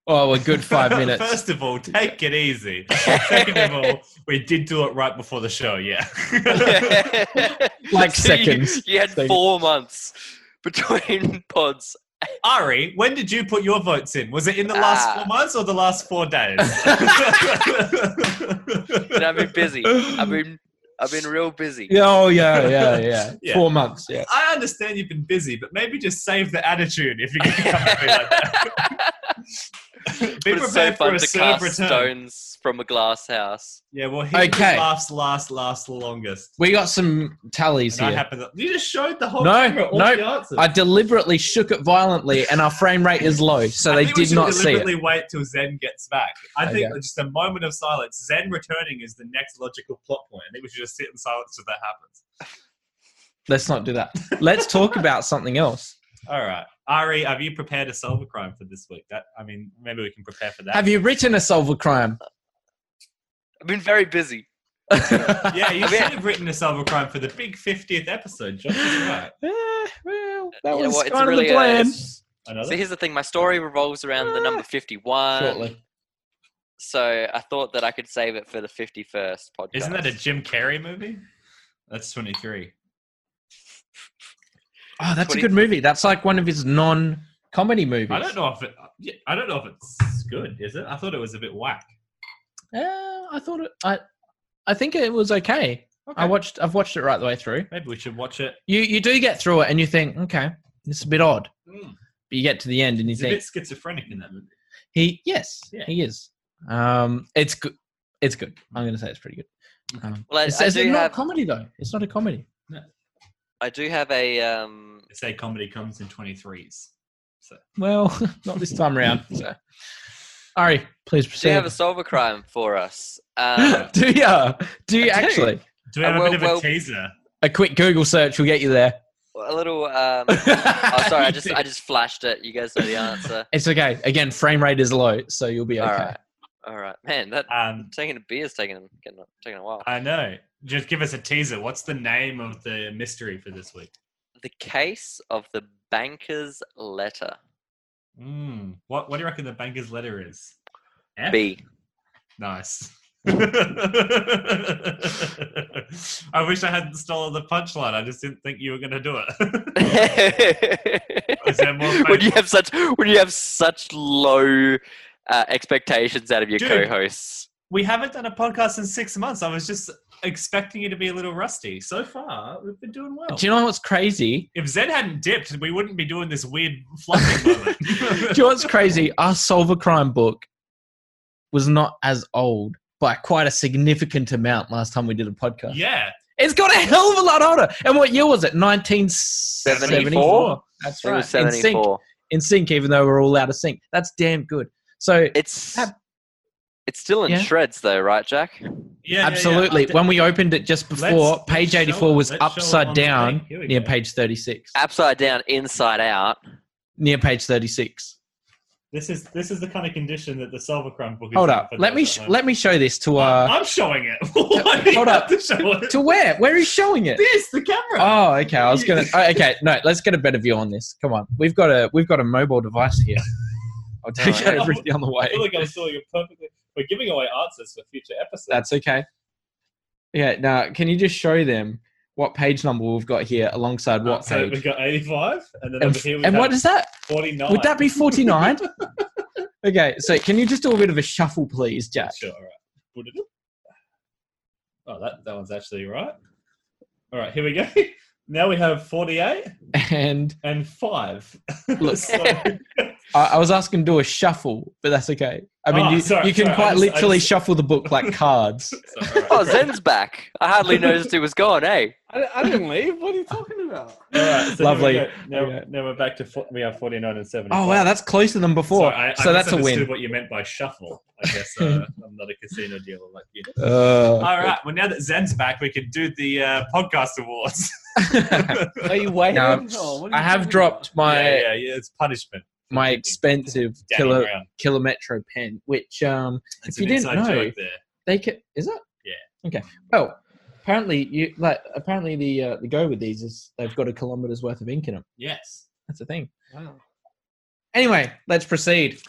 Oh a good five minutes.
First of all, take it easy. Second of all, we did do it right before the show, yeah.
Like
So you-
seconds.
You, had
Seconds.
four months between pods.
Ari, when did you put your votes in? Was it in the last
Ah.
four months or the last four days?
And I've been busy. I've been I've been real busy.
Yeah, oh yeah, yeah, yeah.
Yeah.
Four months, yeah.
I understand you've been busy, but maybe just save the attitude if you're going to come at me like that. Be
But it's so
prepared for
fun
a
to
serve
cast
return.
stones from a glass house.
Yeah, well, he okay.
Okay.
laughs last, last the longest.
We got some tallies
And I
here.
happen to- you just showed the whole
No,
camera all
no,
the answers.
I deliberately shook it violently and our frame rate is low, so
I
they
think we
did
should
not see it.
deliberately wait till Zen gets back. I think
Okay.
just a moment of silence. Zen returning is the next logical plot point. I think we should just sit in silence till that happens.
Let's not do that. Let's talk about something else.
All right, Ari, have you prepared to solve a crime for this week? That I mean, maybe we can prepare for that.
Have you written a solver crime?
I've been very busy.
yeah, you
Have you-
should have written to solve a crime for the big fiftieth episode. Josh is right.
Eh, well, that
You know
was
what, it's
kind of
really,
the
uh,
plan.
it's- so
Another.
here's the thing. My story revolves around the number fifty-one.
Shortly.
So I thought that I could save it for the fifty-first podcast.
Isn't that a Jim Carrey movie? That's twenty three.
Oh, that's a good movie. That's like one of his non-comedy movies.
I don't know if it. yeah, I don't know if it's good. Is it? I thought it was a bit whack.
Eh, I thought it. I, I think it was okay.
Okay.
I watched. I've watched it right the way through.
maybe we should watch it.
You you do get through it and you think, okay, this is a bit odd.
Mm.
But you get to the end and you
He's a
think
bit schizophrenic in that movie.
he yes
Yeah.
he is. Um, it's good. It's good. I'm going to say it's pretty good. Um,
Well, I-
it's
I
it's
do
not
have-
a comedy though. It's not a comedy.
I do have a um.
say comedy comes in 23s.
Well, not this time around. So, Ari, please
Do you
proceed.
have a solver crime for us? Um,
do you? Do you actually?
Do we have
Uh, well-
a bit of
well-
a teaser?
A quick Google search will get you there.
a little. Um,
oh,
oh, sorry, I just I just flashed it. You guys know the answer.
It's okay. Again, frame rate is low, so you'll be okay.
All right, all right, man. That
Um,
taking a beer's taking getting, taking a while.
I know. Just give us a teaser. What's the name of the mystery for this week?
The case of the banker's letter.
Hmm. Mm. What What do you reckon the banker's letter is? F?
B.
Nice. I wish I hadn't stolen the punchline. I just didn't think you were going to do it. Is there more
when you have such when you have such low uh, expectations out of your
Dude.
co-hosts.
we haven't done a podcast in six months. I was just expecting you to be a little rusty. So far, we've been doing well.
Do you know what's crazy?
if Zen hadn't dipped, we wouldn't be doing this weird fluffing moment.
Do you know what's crazy? Our Solve a Crime book was not as old by quite a significant amount last time we did a podcast.
yeah.
It's got a hell of a lot older. And what year was it? 1974. That's
It
right.
was
In sync,
74.
in sync, even though we're all out of sync. That's damn good. So,
It's
Ab-
it's still in
Yeah.
shreds though, right, Jack?
Yeah.
absolutely.
Yeah, yeah.
When we opened it just before,
Let's-
page
let's
84
show it.
was
Let's show it on
upside
the
down
thing. Here we
near
go.
page 36.
Upside down, inside out.
Near page 36.
This is this is the kind of condition that the Silvercrumb book is.
Hold
in
up.
for
Let me
those
sh-
at home.
let me show this to uh
I'm showing it. Why do you
hold
have
up.
To show it?
to where? Where is showing it?
this the camera.
Oh, okay. I was gonna. oh, okay, no. Let's get a better view on this. Come on, we've got a we've got a mobile device here. I'll take
Alright.
over it down the
I feel
way.
like I'm still you perfectly. We're giving away answers for future episodes.
That's okay. Yeah. Now, can you just show them what page number we've got here alongside Uh, what
Ah, so we've
page?
got 85, and then
And,
over here we
and
have
what is that?
49.
Would that be forty nine? okay. So, can you just do a bit of a shuffle, please, Jack?
Sure, all right. Would it- Oh, that, that one's actually right. All right, here we go. Now we have 48
And
and 5.
Look.
So-
I, I was asking to do a shuffle, but that's okay. I mean,
Ah,
you,
sorry,
you can
sorry, I
quite
just- I
literally
just-
shuffle the book like cards.
so, all
Oh,
right.
Zen's back. I hardly noticed he was gone, eh?
I, I didn't leave. What are you talking about?
All right, so here we
Lovely.
go. Now,
Okay.
now we're back to fo- we have 49 and 70.
Oh wow, that's closer than before.
Sorry, I,
so
I
that's a
misunderstood
win.
what you meant by shuffle. I guess uh, I'm not a casino dealer like you. All right. Well, now that Zen's back, we can do the uh, podcast awards.
Are you waiting?
No,
or what are
I have
you talking about?
dropped my
yeah, yeah, yeah. It's punishment.
my expensive
Danny
kilo,
Brown.
kilometro pen, which um
It's
if you
an
didn't
inside
know-
joke there.
they can is it?
Yeah.
Okay. Well, apparently you like apparently the uh, the go with these is they've got a kilometer's worth of ink in them.
Yes.
That's the thing.
Wow.
Anyway, let's proceed.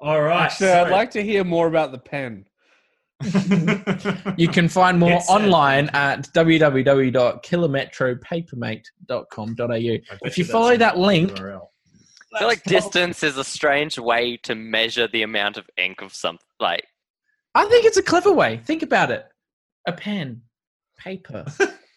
All right.
Actually, I'd like to hear more about the pen.
like.
You can find more
Yes, sir.
online at www.kilometropapermate.com.au. If you follow that link,
I feel like distance is a strange way to measure the amount of ink of something. Like,
I think it's a clever way. Think about it. A pen, paper,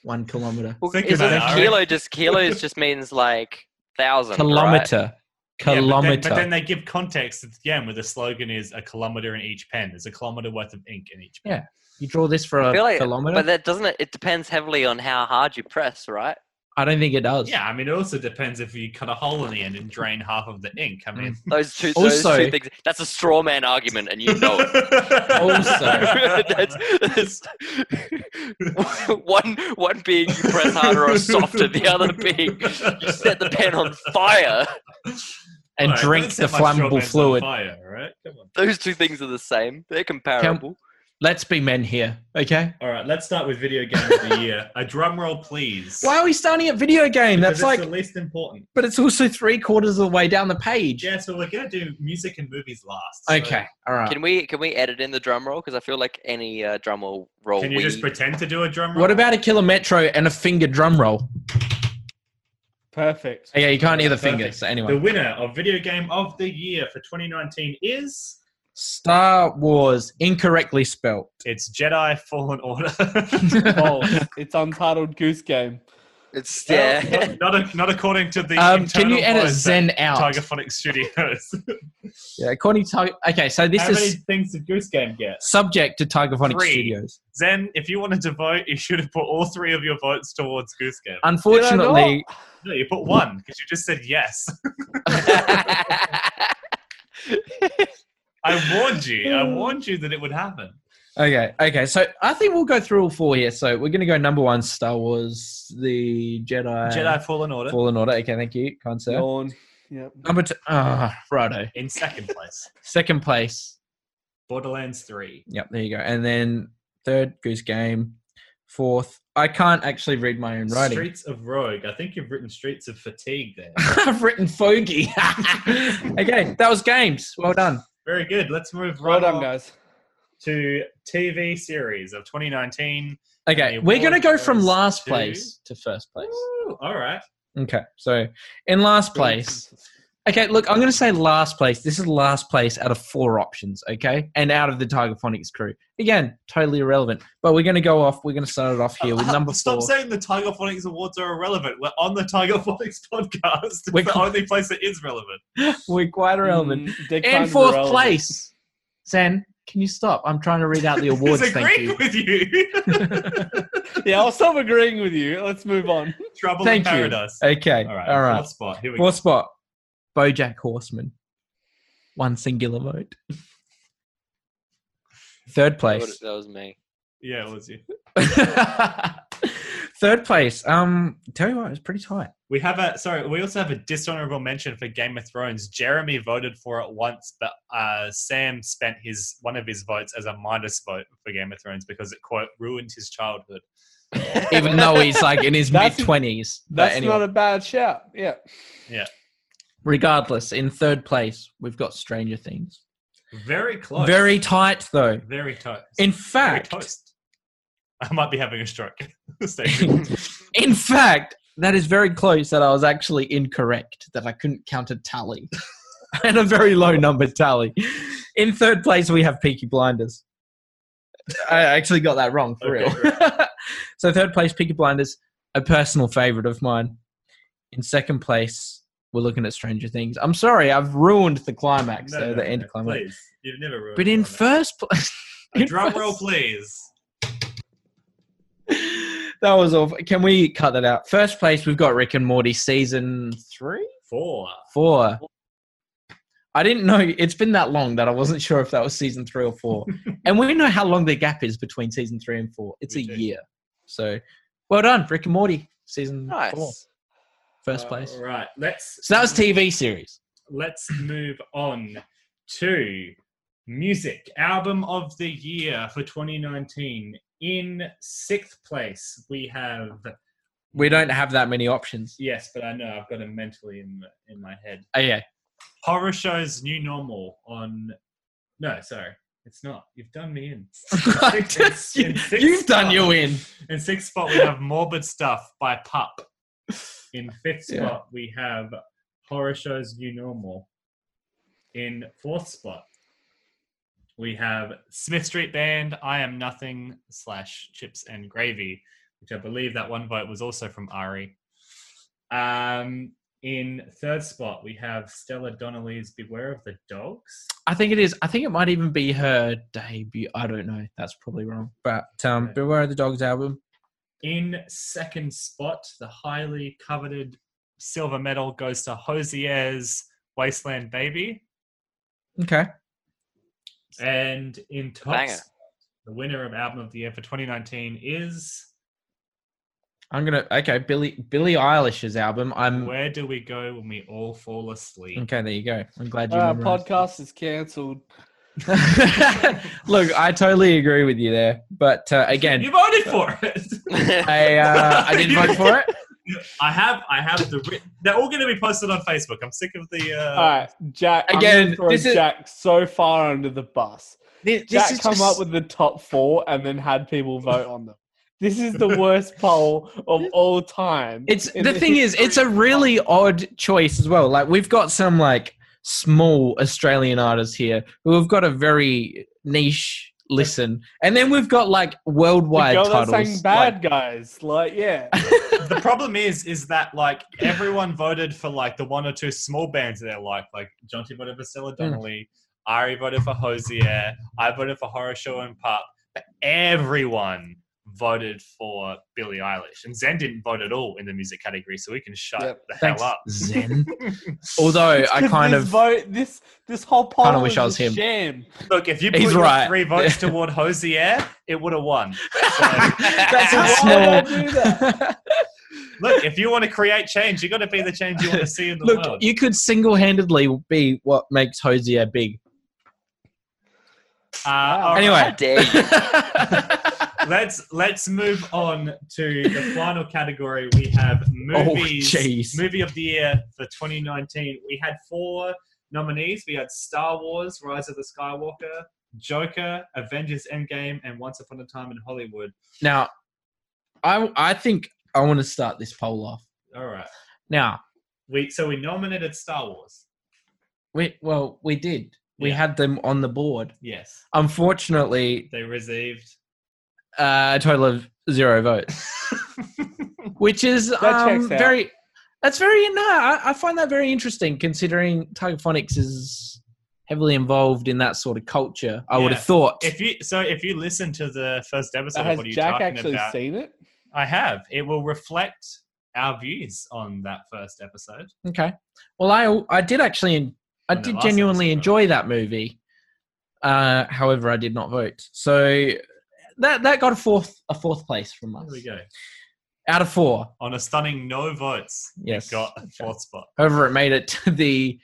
one kilometer.
Think
isn't
about it, I
kilo just kilos just means like thousand?
Kilometer.
Yeah, but then-
Kilometer.
but, then, they give context at the end where the slogan is a kilometer in each pen. There's a kilometer worth of ink in each pen.
Yeah. you draw this for a
I feel like-
kilometer?
Right? But that doesn't it? It depends heavily on how hard you press, right?
I don't think it does.
Yeah, I mean, it also depends if you cut a hole in the end and drain half of the ink. I mean,
Those two, those
Also-
two things. That's a straw man argument, and you know it.
Oh,
That's- that's- one one being you press harder or softer, the other being you set the pen on fire.
And
Alright,
drink
don't
the
set my straw
flammable
man's on
fluid.
Fire, all right? Come on.
Those two things are the same. They're comparable.
Let's be men here, okay?
All right, let's start with video game of the year. A drum roll, please.
Why are we starting at video game?
Because
That's like,
it's the least important.
but it's also three quarters of the way down the page.
Yeah, so we're gonna do music and movies last. so-
Okay, all right.
Can we can we edit in the drum roll? Because I feel like any uh, drum roll roll.
Can you
we-
just pretend to do a drum roll?
What about a kilometro and a finger drum roll?
Perfect.
Yeah, you can't hear the
Perfect.
finger. So
the
anyway,
winner of video game of the year for 2019 is
Star Wars incorrectly spelt.
it's Jedi Fallen Order.
Oh, it's Untitled Goose Game.
It's yeah.
not, not, a- not according to the.
Um, can you edit Zen out?
Tiger Phonics Studios.
Yeah, according to Tiger. Okay, so this
How
is
many things did Goose Game get?
subject to Tiger Phonics
Three.
Studios.
Zen, if you wanted to vote, you should have put all three of your votes towards Goose Game.
Uh,
Did I not?
Unfortunately,
No, you put one because you just said yes. I warned you. I warned you that it would happen.
okay, okay. So I think we'll go through all four here. So we're gonna go number one: Star Wars, the Jedi,
Jedi Fallen Order
Fallen Order. Okay, thank you, kind sir.
Yawn. Yep.
Number two, ah, righto.
in second place.
Second place.
Borderlands 3.
Yep, there you go. And then third, Goose Game. Fourth, I can't actually read my own writing.
Streets of Rogue. I think you've written Streets of Fatigue there.
I've written fogey. okay, that was games. Well done.
Very good. Let's move
Well
right
done,
on
guys.
to TV series of 2019.
Okay,
It
we're going to go
was
from last
two.
place to first place.
Ooh, all right.
Okay, so in last place.
Mm,
Okay, look, I'm going to say last place. This is last place out of four options, okay? And out of the Tiger Phonics crew. Again, totally irrelevant. But we're going to go off. We're going to start it off here with number four.
Stop saying the Tiger Phonics Awards are irrelevant. We're on the Tiger Phonics podcast. It's
We're-
the only place that is relevant.
We're quite irrelevant.
Mm, they kind
And
of
fourth
irrelevant.
place. Zen, can you stop? I'm trying to read out the awards.
It's
thank
agreeing
you.
with you.
Yeah, I'll stop agreeing with you. Let's move on.
Trouble
Thank
in
you.
Paradise.
Okay.
All right.
All right.
Fourth spot. Here we
Fourth spot. BoJack Horseman. One singular vote. Third
That was-
place.
That was me.
go. Yeah, it was you.
Third place. Um, tell you what, it was pretty tight.
We have a sorry. We also have a dishonorable mention for Game of Thrones. Jeremy voted for it once, but uh, Sam spent his one of his votes as a minus vote for Game of Thrones because it quote ruined his childhood.
Even though he's like in his mid
That's-
twenties. But
That's
anyway,
not a bad shout. Yeah.
regardless, in third place we've got Stranger Things.
Very close.
Very tight though.
very close.
In
Very
fact,
close. I might be having a stroke. Stay tuned.
in fact, that is very close that I was actually incorrect, that I couldn't count a tally. and a very low number tally. In third place, we have Peaky Blinders. I actually got that wrong for
Okay,
real. so, third place, Peaky Blinders, a personal favorite of mine. In second place, we're looking at Stranger Things. I'm sorry, I've ruined the climax,
No,
so
no,
the
no,
end climax.
Please, you've never ruined.
But in
it.
first place.
A drum roll, please.
that was awful. Can we cut that out? First place, we've got Rick and Morty season three,
Four.
four. I didn't know it's been that long that I wasn't sure if that was season three or four. and we know how long the gap is between season three and four. It's
We
a
do.
year. So, well done, Rick and Morty season four,
Nice.
first place.
All right. Let's.
So that was TV series.
let's move on to music album of the year for 2019 in sixth place we have
We don't have that many options.
yes but i know i've got it mentally in in my head
Oh yeah,
horror shows new normal on no sorry it's not you've done me in
Just-
in sixth
you've done
spot-
you in.
in sixth spot we have morbid stuff by pup in fifth
Yeah.
spot we have horror shows new normal in fourth spot we have smith street band i am nothing slash chips and gravy which i believe that one vote was also from ari um in third spot we have stella donnelly's beware of the dogs
I think it is. I think it might even be her debut. I don't know. That's probably wrong. But um,
Yeah.
Beware of the Dogs album.
In second spot, the highly coveted silver medal goes to Hosier's Wasteland Baby.
Okay.
And in top,
Banger.
spot, the winner of Album of the Year for 2019 is
I'm gonna okay, Billy Billie Eilish's album. I'm
Where Do We Go When We All Fall Asleep?
Hmm. okay, there you go. I'm glad you
Uh,
memorized.
podcast is cancelled.
Look, I totally agree with you there. But uh,
You
again,
voted for it.
I uh, I didn't vote for it.
I have, I have the. writ- They're all going to be posted on Facebook. I'm sick of the. Uh,
All right, Jack.
Again,
Again,
this is-
Jack so far under the bus.
This,
Jack
is
come
just-
up with the top four and then had people vote on them. This is the worst poll of all time.
It's
in
the thing is,
history
it's a
of-
really odd choice as well. Like we've got some like small Australian artists here who have got a very niche listen, and then we've got like
the
worldwide
girl that
titles.
sang bad guys. Like yeah,
the problem is, is that like everyone voted for like the one or two small bands that they like. Like Jonty voted
Hmm.
for Stella Donnelly, Ari voted for Hosier, I voted for Horror Show and Pup. But everyone voted for Billie Eilish, and Zen didn't vote at all in the music category. So we can shut
Yep.
the
Thanks,
hell up.
Zen. Although I
Because
kind
this
of
vote this this whole poll
Kinda wish
is
I was
a
him.
sham.
Look, if you put
He's
your
right.
three votes toward Hosier, it would have won.
that's
Why
a
would
I
small.
do that?
Look, if you want to create change, you got to be the change you want to see in the
Look,
world.
you could single-handedly be what makes Hosier big.
Uh, all
Anyway.
How dare you?
let's let's move on to the final category.
Oh,
We have movies.
Oh, jeez.
movie of the year for 2019. We had four Nominees we had Star Wars, Rise of the Skywalker, Joker, Avengers Endgame, and Once Upon a Time in Hollywood.
Now, I I think I want to start this poll off.
All right.
Now,
We so we nominated Star Wars.
we well we did. We
Yeah.
had them on the board.
Yes.
Unfortunately,
They received
uh, a total of zero votes, which is um,
checks out.
very. That's very no. I, I find that very interesting, considering Tiger Phonics is heavily involved in that sort of culture. I would
Yeah.
have thought.
If you so if you listen to the first episode,
Has
what are you
Jack
talking
actually
about?
seen it?
I have. It will reflect our views on that first episode.
Okay. Well, I I did actually I
And that
did
last
genuinely
episode,
enjoy that movie. Uh, however, I did not vote, so that that got a fourth a fourth place from
There
us
we go.
out of four.
On a stunning no votes,
Yes.
got a fourth spot.
However, it made it to the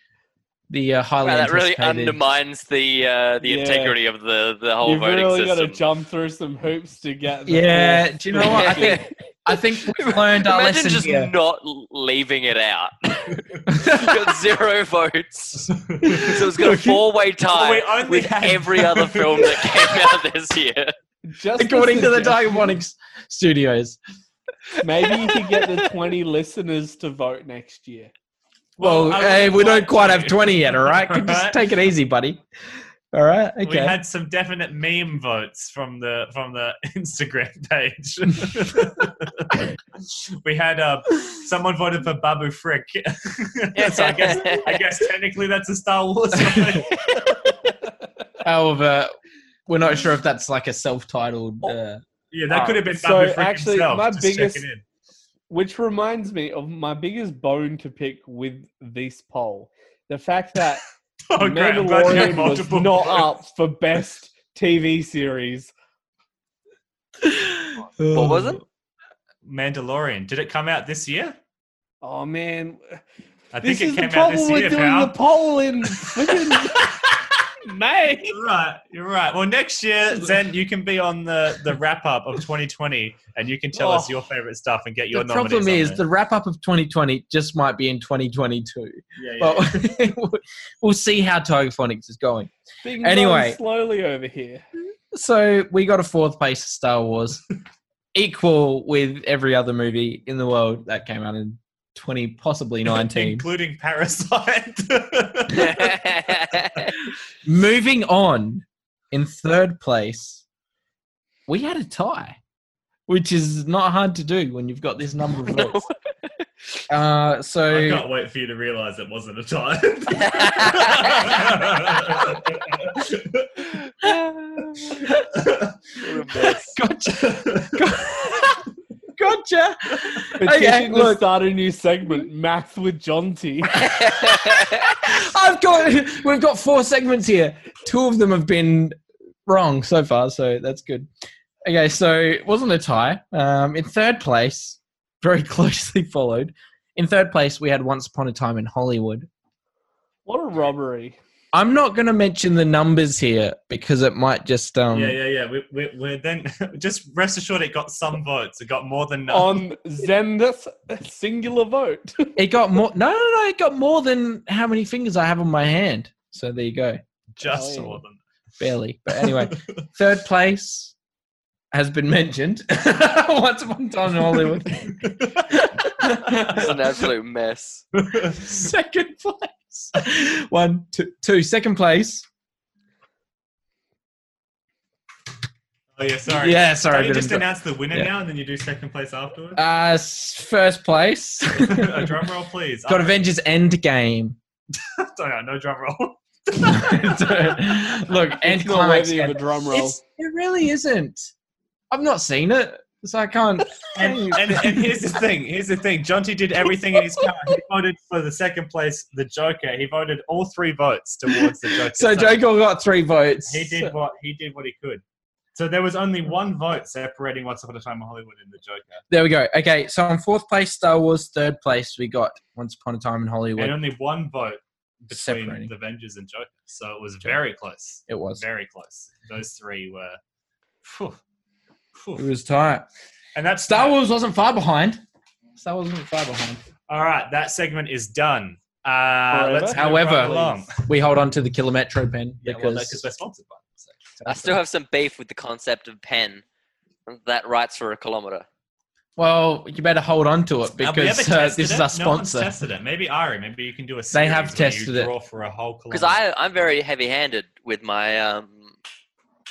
the uh, highly
Wow, that really
anticipated-
undermines the uh, the
Yeah.
integrity of the the whole
You've
voting
really got to
system.
jump through some hoops to get. the
Yeah,
fourth
do you know what? I
thing.
think I think we've learned our
Imagine
lesson
just
here.
not l- leaving it out. you got zero votes. So it's got a four-way tie
we only
with
had-
every other film that came out this year.
Just a
According to the
suggestion.
Diabonics Studios.
Maybe you could get the 20 listeners to vote next year.
Well,
I
hey,
would
we
like
don't quite
to.
have twenty yet. All right, Could just
Alright.
take it easy, buddy. All right,
We
okay.
had some definite meme votes from the from the Instagram page. we had uh, someone voted for Babu Frick, so I guess I guess technically that's a Star Wars. Moment.
However, uh, we're not sure if that's like a self-titled. Uh,
Yeah, that
Oh,
could have been
so
Babu Frick
actually,
himself.
my
just
biggest-
checking in.
Which reminds me of my biggest bone to pick with this poll. The fact that
Oh, great. I'm glad you had
Mandalorian was
multiple
not
votes.
up for best TV series.
What was it?
Mandalorian. Did it come out this year?
Oh man,
I
this
think
is
it came
the
out
problem
this
with
year,
doing
pal.
the poll in freaking May.
You're right. You're right. Well, next year, Zen, you can be on the, the wrap up of 2020, and you can tell us
Oh.
your favorite stuff and get your
The problem is
nominees on
the wrap up of 2020 just might be in 2022.
there. Yeah, yeah.
But we'll see how Tiger Phonics is going.
Things
Anyway.
going slowly over here.
So we got a fourth place for Star Wars, equal with every other movie in the world that came out in 20, possibly 19.
including Parasite.
Moving on, in third place, we had a tie, which is not hard to do when you've got this number of votes. Uh,
I
so
can't wait for you to realize it wasn't a tie.
gotcha, gotcha.
Petition to
look.
start a new segment, Math with John T.
I've got we've got four segments here. Two of them have been wrong so far, so that's good. Okay, so it wasn't a tie. Um, in third place, very closely followed. In third place, we had Once Upon a Time in Hollywood.
What a robbery.
I'm not going to mention the numbers here because it might just um.
yeah, yeah, yeah. We, we, we're then just rest assured it got some votes. It got more than none.
Oh,
On Zenda's singular vote.
It got more. No, no, no. It got more than how many fingers I have on my hand. So there you go.
just
Oh.
more than.
barely. But anyway, third place has been mentioned once upon a time in Hollywood.
it's an absolute mess.
Second place, one, two, two. Second place.
Oh yeah, sorry.
Yeah, sorry.
Don't
a
you
bit
just
of-
announce the winner
yeah.
now, and then you do second place afterwards.
uh, s- first place.
a drum roll, please.
Uh, Got Avengers Endgame.
Oh, sorry, no drum roll.
Look,
It's
and
not
climax.
worthy of a drum roll.
It's- it really isn't. I've not seen it, so I can't.
And, and, and here's the thing. Here's the thing. Jonty did everything in his power. He voted for the second place, the Joker. He voted all three votes towards the Joker.
so Joker got three votes.
he did what he did what he could. So there was only one vote separating Once Upon a Time in Hollywood and the Joker,
There we go. Okay, so in fourth place, Star Wars. Third place, we got Once Upon a Time in Hollywood.
and only one vote between
Separating.
the Avengers and Joker. So it was very close.
It was.
Very close. Those three were. Phew. Phew.
It was tight.
And that's
Star Wars wasn't far behind. Star Wars wasn't far behind.
All right, that segment is done. Uh, let's move
However-
right along.
We hold on to the Kilometro pen
Yeah,
because
well, that's because we're sponsored by. them, so.
I still have some beef with the concept of pen that writes for a kilometer.
Well, you better hold on to it
Have we ever
because uh,
tested
this is
it?
our
No one's
sponsor.
tested it. Maybe Ari. Maybe you can do a.
They have
series where you
tested it.
draw for a whole
Because
kilometre.
I I'm very heavy-handed with my um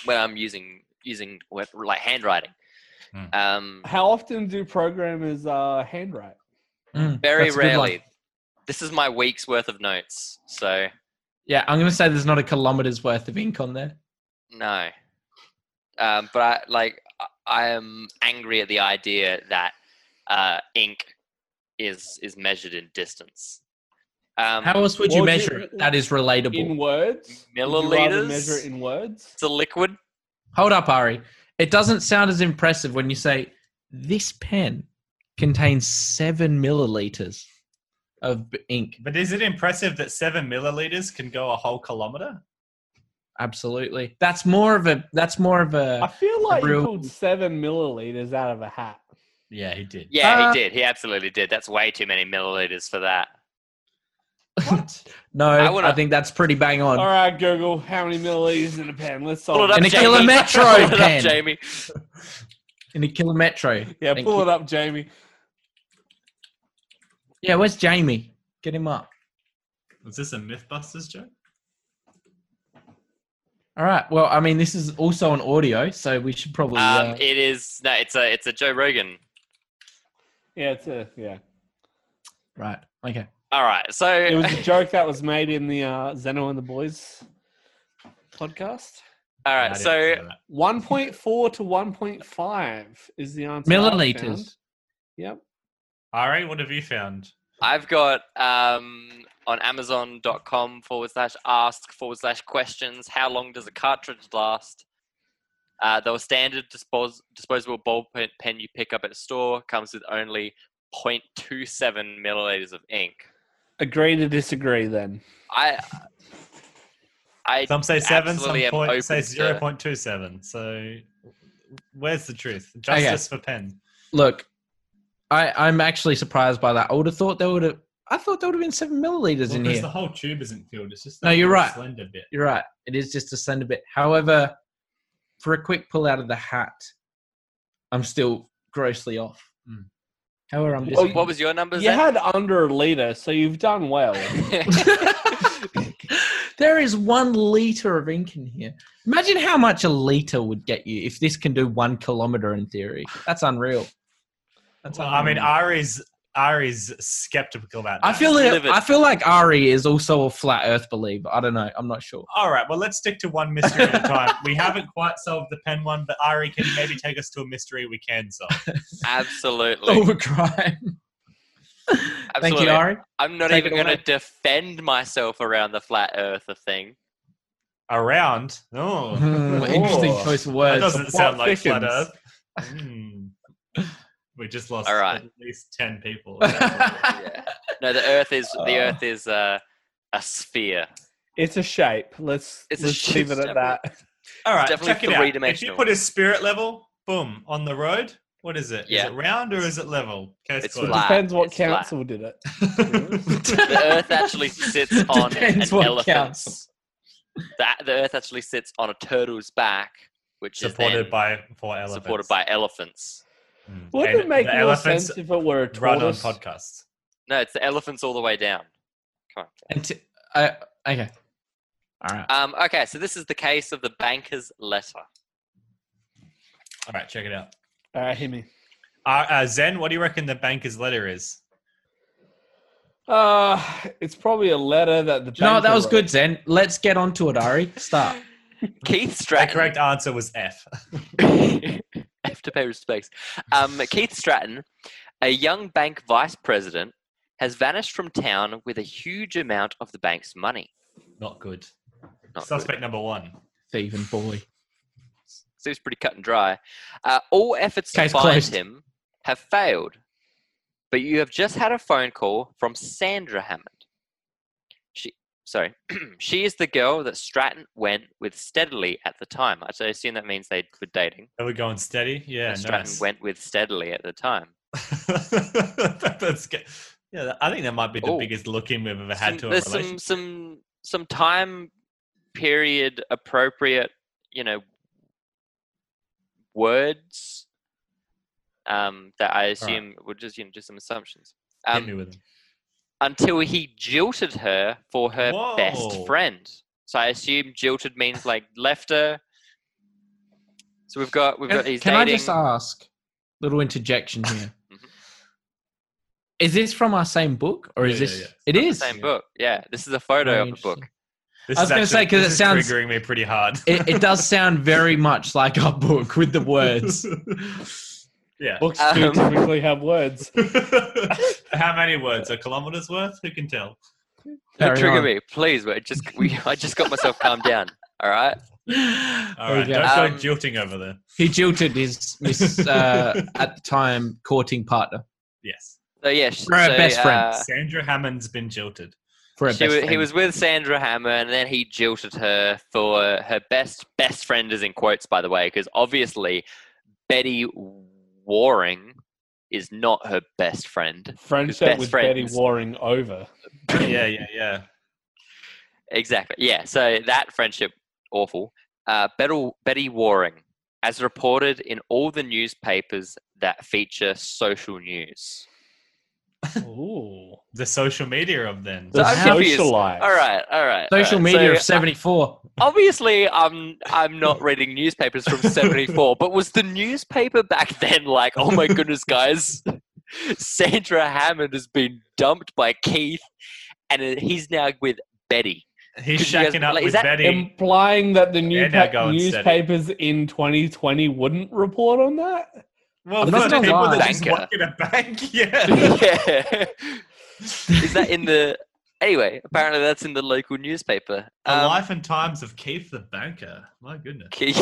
when I'm using using web- like handwriting.
Hmm.
Um,
How often do programmers uh, handwrite?
Mm,
very
that's a good one.
rarely. This is my week's worth of notes. So
Yeah, I'm going to say there's not a kilometer's worth of ink on there.
No. Um, but I like I- I am angry at the idea that uh, ink is is measured in distance. Um,
How else would you
Well, you-
measure it? That is relatable.
In words? Would you rather
Milliliters?
measure it in words?
it's a liquid.
Hold up, Ari. It doesn't sound as impressive when you say this pen contains seven milliliters of b- ink.
But is it impressive that seven milliliters can go a whole kilometer?
Absolutely. That's more of a. That's more of
I
a.
feel like
real-
he pulled seven milliliters out of a hat.
Yeah, he did.
Yeah,
Uh,
he did. He absolutely did. That's way too many milliliters for that.
What?
No,
I
I,
wanna-
think that's pretty bang on.
All right, Google, how many milliliters in a pen? Let's
Um, Pull it up,
solve
Oh, In a
it.
Jamie.
kilometro
Pull it up,
pen.
Jamie.
In a kilometro.
Yeah,
Thank
pull
you.
it up, Jamie.
Yeah, where's Jamie? Get him up.
Was this a MythBusters joke?
All right. Well, I mean, this is also on audio, so we should probably.
Um,
uh,
it is no, it's a it's a Joe Rogan.
Yeah, it's a, yeah.
right. Okay.
All right, so
It was a joke that was made in the uh, Zeno and the Boys podcast.
all
I
right,
didn't
so
say that.
1.4 to 1.5 is the answer. I found.
Milliliters.
Yep.
Ari, what have you found?
I've got um, on Amazon.com forward slash ask forward slash questions. How long does a cartridge last? Uh, the standard dispos- disposable ball pen, pen you pick up at a store comes with only 0.27 milliliters of ink.
Agree to disagree then.
I, I
Some say seven, some
absolutely am
point,
open
say
to-
zero point two seven. So, where's the truth? Justice for pen.
Look, I I'm actually surprised by that. I would have thought there would have. I thought there would have been seven milliliters
Well,
in
because
here.
the whole tube isn't filled. It's just
No,
that
you're
little
right.
Slender bit.
You're right. It is just a slender bit. However, for a quick pull out of the hat, I'm still grossly off.
Mm.
However, I'm
What,
just.
what was your number?
You
Zach?
had under a liter, so you've done well.
there is one liter of ink in here. Imagine how much a liter would get you if this can do one kilometer in theory. That's unreal. That's
Well, I mean,
unreal.
Ari's Ari's skeptical about that.
I feel like,
livid.
I feel like Ari is also a flat Earth believer. I don't know. I'm not sure.
All right, well, let's stick to one mystery at a time. We haven't quite solved the pen one, but Ari, can you maybe take us to a mystery we can solve?
Oh,
Absolutely.
Overcrime. Thank
Absolutely.
you, Ari.
I'm not
Take
even
it
going to
away.
defend myself around the flat earther thing.
Around? Oh,
Hmm, interesting
Oh.
choice of
that
words.
doesn't sound like flat
thickens.
Earth. Hmm. We just lost
All right.
at least ten people.
yeah. No, the Earth is the
Oh.
Earth is uh, a sphere.
It's a shape. Let's,
It's a
let's leave it
shape.
at that.
All right,
definitely
check it out. If you
three-dimensional.
put a spirit level, boom, on the road. What is it? Is
Yeah.
it round or is it level? Case
It's
closed.
flat.
Depends what
It's flat.
council did it.
The Earth actually sits on an
Depends what
elephant.
counts.
That the Earth actually sits on a turtle's back, which is
supported
then
by four elephants.
supported by elephants.
Hmm.
Wouldn't
And
it make
the
more
elephants
sense if it were a
run on
tortoise?
podcasts?
No, it's the elephants all the way down. Come on.
And t- I- okay. All right.
Um, okay, so this is the case of the banker's letter.
All right, check it out.
All right, hit Ah, me.
Uh, uh, Zen, what do you reckon the banker's letter is?
Uh, it's probably a letter that the.
Do you know what? That
banker
was
wrote.
good, Zen. Let's get on to it, Ari. Start.
Keith
The
Stratton.
correct answer was F.
have to pay respects. Um, Keith Stratton, a young bank vice president, has vanished from town with a huge amount of the bank's money.
Not good.
Not good.
Suspect number one.
Thieving boy.
Seems pretty cut and dry. Uh, all efforts
Case
to find
closed.
him have failed, but you have just had a phone call from Sandra Hammond. She, sorry, she is the girl that Stratton went with steadily at the time. I assume that means they were dating.
Are we going steady? Yeah,
and Stratton
nice.
went with steadily at the time.
That- that's good. Yeah, that- I think that might be the
Oh.
biggest look in we've ever
Some-
had to a
there's
relationship.
some some some time period appropriate, you know, words um, that I assume would just you know do some assumptions.
Hit me
Um,
with them.
until he jilted her for her best
Whoa.
friend. So I assume jilted means like left her. So we've got we've got
Can,
these
can I
dating.
just ask? Little interjection here.
Mhm.
is this from our same book, or is
Yeah, yeah,
this?
yeah.
It is.
same book. Yeah, this is a photo
Very
of a book.
interesting.
This
I was
is
gonna
actually-
say, 'cause
this
it
is
sounds-
triggering me pretty hard.
It, it does sound very much like our book with the words.
yeah.
Books do
Um,
typically have words.
How many words? A kilometer's worth? Who can tell?
Don't
Carry
trigger
on.
me, please. But it just we, I just got myself calmed down. All right.
All
There
right,
we
don't
go.
show
Um,
jilting over there.
He jilted his miss uh, at the time courting partner
Yes.
So yeah, sh-
We're our
so,
best friends.
uh,
Sandra Hammond's been jilted.
for a
she,
best
wa- he
friend.
was with Sandra Hammer, and then he jilted her for her best best friend is in quotes, by the way, because obviously Betty Waring is not her best friend.
Friendship
best
with Betty
friends.
Waring over.
Oh,
yeah, yeah, yeah.
Exactly. Yeah. So that friendship awful. Uh, Betty Betty Waring, as reported in all the newspapers that feature social news.
Ooh.
The social media of then.
The
I'm confused.
socialite.
All right. All right. all
Social
right.
media
uh, So,
of 74.
obviously I'm I'm not reading newspapers from 74, but was the newspaper back then like, oh my goodness, guys, Sandra Hammond has been dumped by Keith, and he's now with Betty.
He's
could you guys-
shacking up
like, is
with
that-
Betty.
Implying that the new
And now
pa-
go and study.
newspapers in 2020 wouldn't report on that.
well,
That's
for
not
people that
why.
just
Banker.
work in a bank, yeah.
yeah. Is that in the? Anyway, apparently that's in the local newspaper.
the
Um,
life and times of Keith the banker. My goodness.
Keith,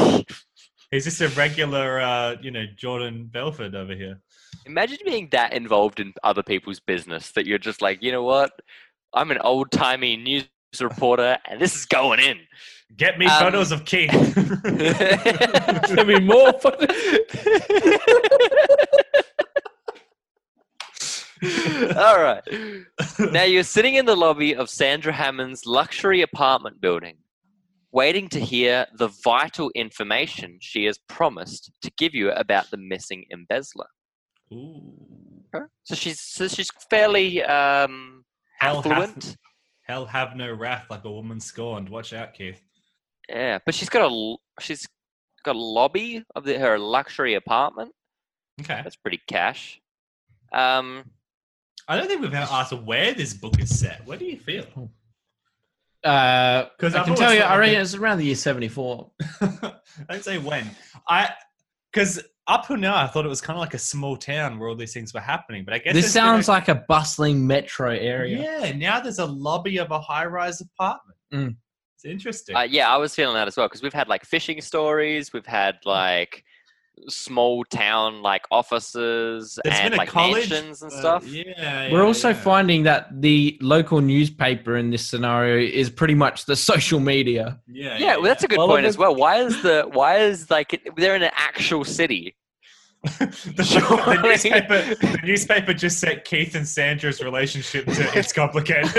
He's just a regular, uh, you know, Jordan Belford over here.
Imagine being that involved in other people's business that you're just like, you know what? I'm an old timey news reporter, and this is going in.
Get me
Um,
photos of Keith.
There'd be more footage.
All right. Now you're sitting in the lobby of Sandra Hammond's luxury apartment building, waiting to hear the vital information she has promised to give you about the missing embezzler.
Ooh.
So she's so she's fairly um,
Hell hath-
affluent.
Hell have no wrath like a woman scorned. Watch out, Keith.
Yeah, but she's got a l- she's got a lobby of the, her luxury apartment.
Okay.
That's pretty cash. Um,
I don't think we've ever asked where this book is set. Where do you feel?
Uh,
'Cause
I
I've
can
always
tell you,
thought
I
like
reckon
it-
it's around the year 74.
don't say when. I because up till now I thought it was kind of like a small town where all these things were happening, but I guess
This sounds like a bustling metro area.
yeah. Now there's a lobby of a high-rise apartment.
Mm.
It's interesting.
uh, yeah, I was feeling that as well because we've had like fishing stories, we've had like small town like offices
There's
and
been a
like
college
mansions and
uh,
stuff.
Yeah, yeah,
We're also
yeah.
finding that the local newspaper in this scenario is pretty much the social media.
Yeah,
Yeah, well, that's a good
Well,
point
it
as
is-
well. Why is the why is like it- they're in an actual city?
the, the newspaper. The newspaper just set Keith and Sandra's relationship to it's complicated.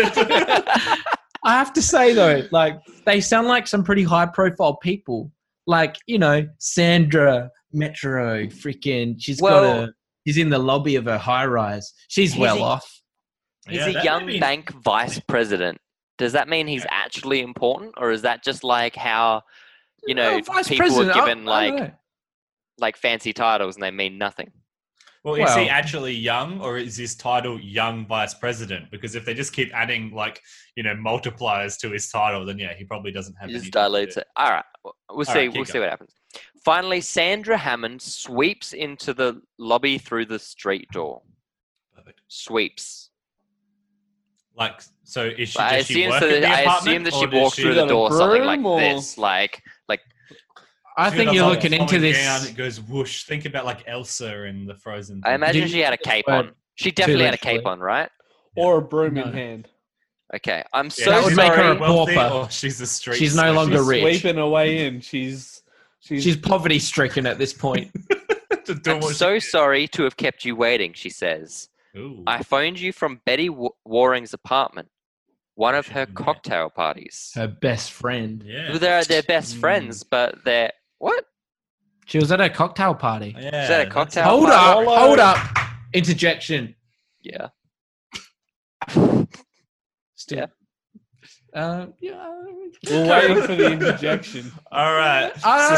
I have to say though, like they sound like some pretty high profile people. Like, you know, Sandra Metro, freaking she's
Well-
got a she's in the lobby of her high rise. She's
Here's
well
the-
off.
He's
Yeah, that
a
may
young
be-
bank vice president. Does that mean he's actually important, or is that just like how you know
Oh, vice
people
president, I-
are given
I don't
like
know.
like fancy titles and they mean nothing?
Well, is he
Well-
actually young, or is his title young vice president? Because if they just keep adding like you know multipliers to his title, then yeah, he probably doesn't have.
It
anything
just
to do.
dilates it. All right, we'll we'll
All
see.
right, keep
we'll see what happens. Finally, Sandra Hammond sweeps into the lobby through the street door.
Perfect.
Sweeps.
Like so, is she?
But I
Does she
assume,
work
so
at
that,
the
I assume
apartment,
that
or
she
does
walked through the
Got a
door something like
broom or-
this, like like
I
She
think
does
you're
all
looking
this
into
falling
this.
Down, it goes whoosh. Think about like Elsa in the Frozen.
I
thing.
imagine
Did-
she had a cape on. She definitely had a cape
literally.
on, right?
Or a broom in
No.
hand.
Okay, I'm
Yeah,
so
that would
she's
make
sorry.
her
either
a
wealthy
pauper.
or She's a street.
She's no
sweep.
longer
She's
rich.
sweeping her way in. She's she's,
She's poverty stricken at this point.
Just doing
I'm
what she
so
did.
sorry to have kept you waiting, she says.
Ooh.
I phoned you from Betty Wa- Waring's apartment, one of her
Yeah.
cocktail parties.
Her best friend.
yeah.
Well, They're they're best
Mm.
friends, but they're what?
She was at her cocktail party.
yeah.
Is that a
that's-
cocktail?
Hold up.
party?
Hello.
Hold up. Interjection.
Yeah.
Still. Uh, yeah.
We're waiting for the interjection.
All right.
I-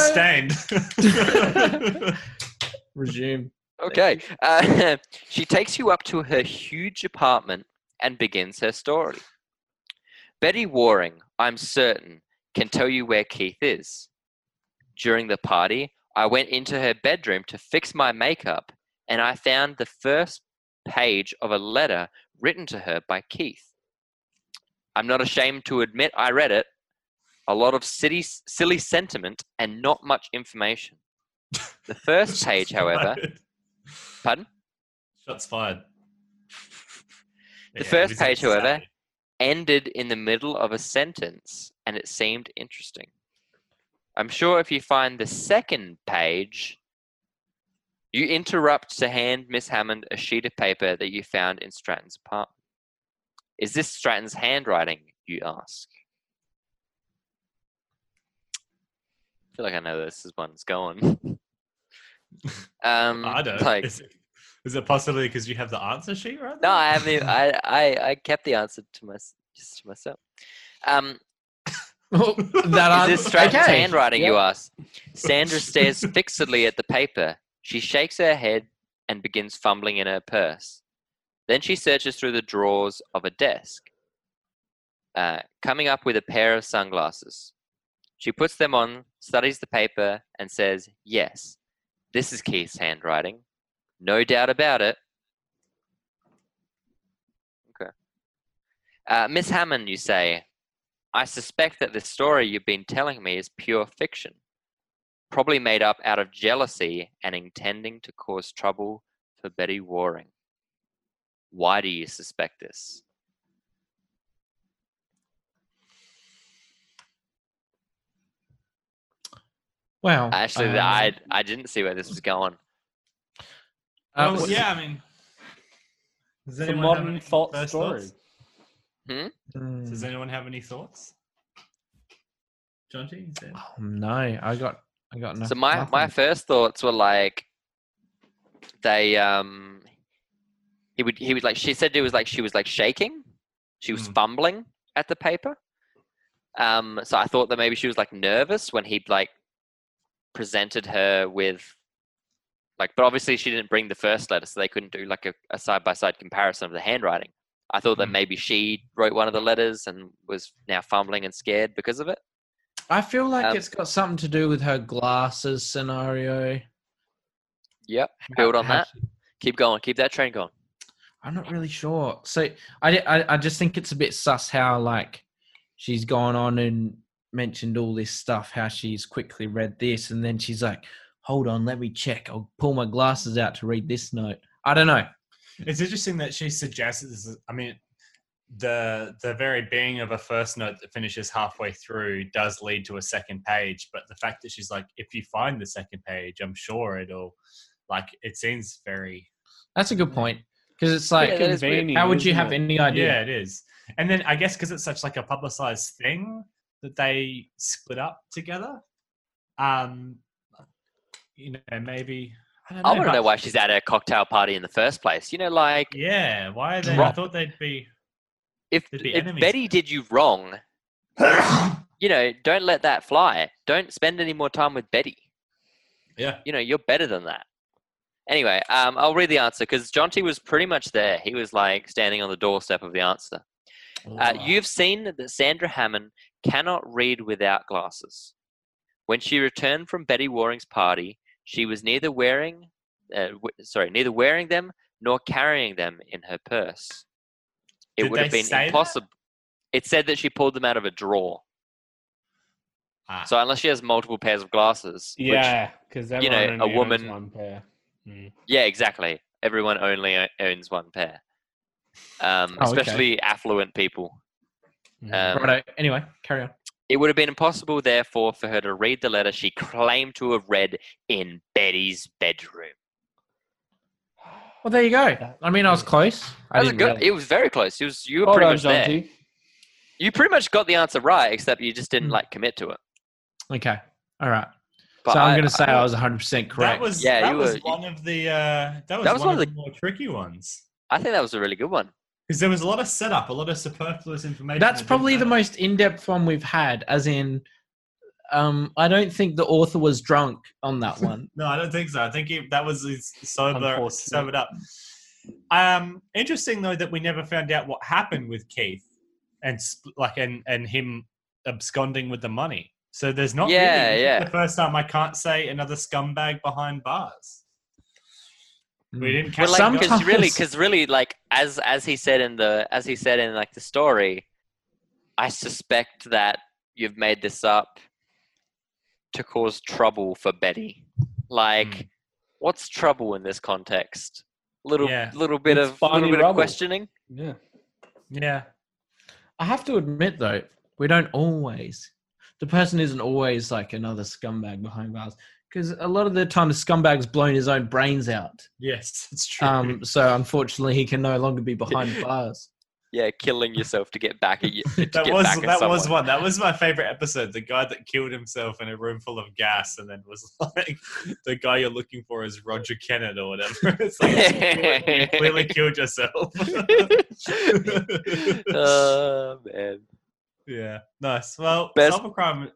Sustained.
Resume.
Okay. Uh, she takes you up to her huge apartment and begins her story. Betty Waring, I'm certain, can tell you where Keith is. During the party, I went into her bedroom to fix my makeup and I found the first page of a letter written to her by Keith. I'm not ashamed to admit I read it. A lot of city, silly sentiment and not much information. The first page, however, pardon?
Shots fired.
The first
this
page,
is
however,
savage.
ended in the middle of a sentence and it seemed interesting. I'm sure if you find the second page, you interrupt to hand Miss Hammond a sheet of paper that you found in Stratton's apartment. Is this Stratton's handwriting? You ask. I feel like I know where this is one's going. um,
I don't.
Like,
is, it, is it possibly because you have the answer sheet right?
no,
there?
I haven't. Even, I, I I kept the answer to my just to myself. Um,
Oh, that
Is this Stratton's
okay.
handwriting, you
Yep.
ask? Sandra stares fixedly at the paper. She shakes her head and begins fumbling in her purse. Then she searches through the drawers of a desk, uh, coming up with a pair of sunglasses. She puts them on, studies the paper, and says, Yes, this is Keith's handwriting. No doubt about it. Okay. Uh, Miss Hammond, you say, I suspect that the story you've been telling me is pure fiction, probably made up out of jealousy and intending to cause trouble for Betty Waring. Why do you suspect this?
Wow.
Actually,
Uh,
th- I I didn't see where this was going.
uh,
Oh,
Well,
what's-
yeah, I mean, does
It's a
anyone have
modern
any
thought
first
story.
thoughts? Hmm.
Mm.
Does anyone have any thoughts? Jonty, is there-
Oh, no, I got, I got no.
so my
nothing.
my first thoughts were like, they um, he would he was like she said it was like she was like shaking, she was
Mm.
fumbling at the paper. Um, so I thought that maybe she was like nervous when he'd like presented her with like but obviously she didn't bring the first letter so they couldn't do like a, a side-by-side comparison of the handwriting i thought that
Mm.
maybe she wrote one of the letters and was now fumbling and scared because of it
I feel like
um,
it's got something to do with her glasses scenario.
yep
How-
Build on
how
that.
she-
keep going keep that train going
I'm not really sure. So I, I, I just think it's a bit sus how like she's gone on and mentioned all this stuff, how she's quickly read this, and then she's like, "Hold on, let me check. I'll pull my glasses out to read this note." I don't know.
It's interesting that she suggests. This is, I mean, the the very being of a first note that finishes halfway through does lead to a second page, but the fact that she's like, if you find the second page, I'm sure it'll, like, it seems very.
That's a good point because it's like,
Yeah, that is weird.
Convenient,
how would you
isn't
have
it?
any idea?
Yeah, it is. And then I guess because it's such like a publicized thing that they split up together. Um, you know, maybe I don't know.
i want to
but-
know why she's at a cocktail party in the first place you know like
Yeah, why are they? I
Drop.
thought they'd be.
if,
There'd be
if
enemies
betty did you wrong you know don't let that fly don't spend any more time with betty
Yeah.
you know, you're better than that. Anyway, um, I'll read the answer because Jonty was pretty much there. He was like standing on the doorstep of the answer. Uh, you've seen that Sandra Hammond cannot read without glasses. When she returned from Betty Waring's party, she was neither wearing, uh, w- sorry, neither wearing them nor carrying them in her purse. It
Did
would have
they
been
say that?
impossible. It said that she pulled them out of a drawer.
Ah.
So unless she has multiple pairs of glasses, which
Yeah, because
you know, a woman-
one pair.
Hmm.
Mm.
Yeah, exactly. Everyone only o- owns one pair,
Oh,
um,
okay. Mm-hmm.
especially affluent people.
Mm.
Um,
Righto. oh, Anyway, carry on.
It would have been impossible, therefore, for her to read the letter she claimed to have read in Betty's bedroom.
Well, there you go. I mean, I was close. I
That was
didn't
good.
really-
It was very close. It was you were
Hold
pretty
on,
much there.
Jonty.
You pretty much got the answer right, except you just didn't
Mm.
like commit to it.
Okay. All right.
But
so I'm
I-
going to say
I-
I was 100% correct.
That was
Yeah,
that
you
was
were-
one of the uh, that was, one, of the more tricky ones
I think that was a really good one.
because there was a lot of setup, a lot of superfluous information. that
That's
didn't
probably the
matter.
most in-depth one we've had. As in, um, I don't think the author was drunk on that one.
No, I don't think so. I think he, that was his sober,
Unfortunate.
sobered up. Um, interesting though that we never found out what happened with Keith and sp- like and and him absconding with the money. So there's not.
Yeah,
really, this is
yeah.
The first time I can't say another scumbag behind bars.
Hmm.
We didn't catch
Well, like,
that.
because really,
Sometimes-
because really, like as as he said in the as he said in like the story, I suspect that you've made this up to cause trouble for Betty. Like,
Hmm.
what's trouble in this context? Little
Yeah.
little bit
It's
of little
Barney
bit
Rubble.
of questioning.
Yeah.
yeah.
I have to admit, though, we don't always. The person isn't always like another scumbag behind bars, because a lot of the time the scumbag's blown his own brains out.
Yes, it's true.
Um, so unfortunately, he can no longer be behind bars.
Yeah, killing yourself to get back at you. To
that
get
was
back at
that was
someone.
one. That was my favorite episode. The guy that killed himself in a room full of gas, and then was like, "The guy you're looking for is Roger Kennett or whatever." It's like you clearly killed yourself.
Oh, man.
yeah, nice. Well,
Best-
cybercrime,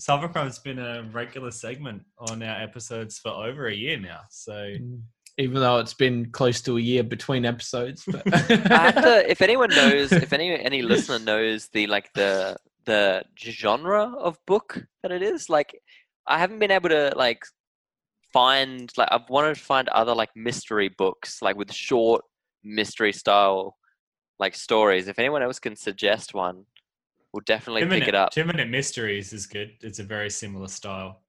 cybercrime's been a regular segment on our episodes for over a year now. So
mm, Even though it's been close to a year between episodes, but
I have to, if anyone knows, if any any listener knows the like the the genre of book that it is, like I haven't been able to like find like I've wanted to find other like mystery books like with short mystery style like stories. If anyone else can suggest one, we'll definitely
two
pick
minute,
it up.
two minute mysteries is good. It's a very similar style,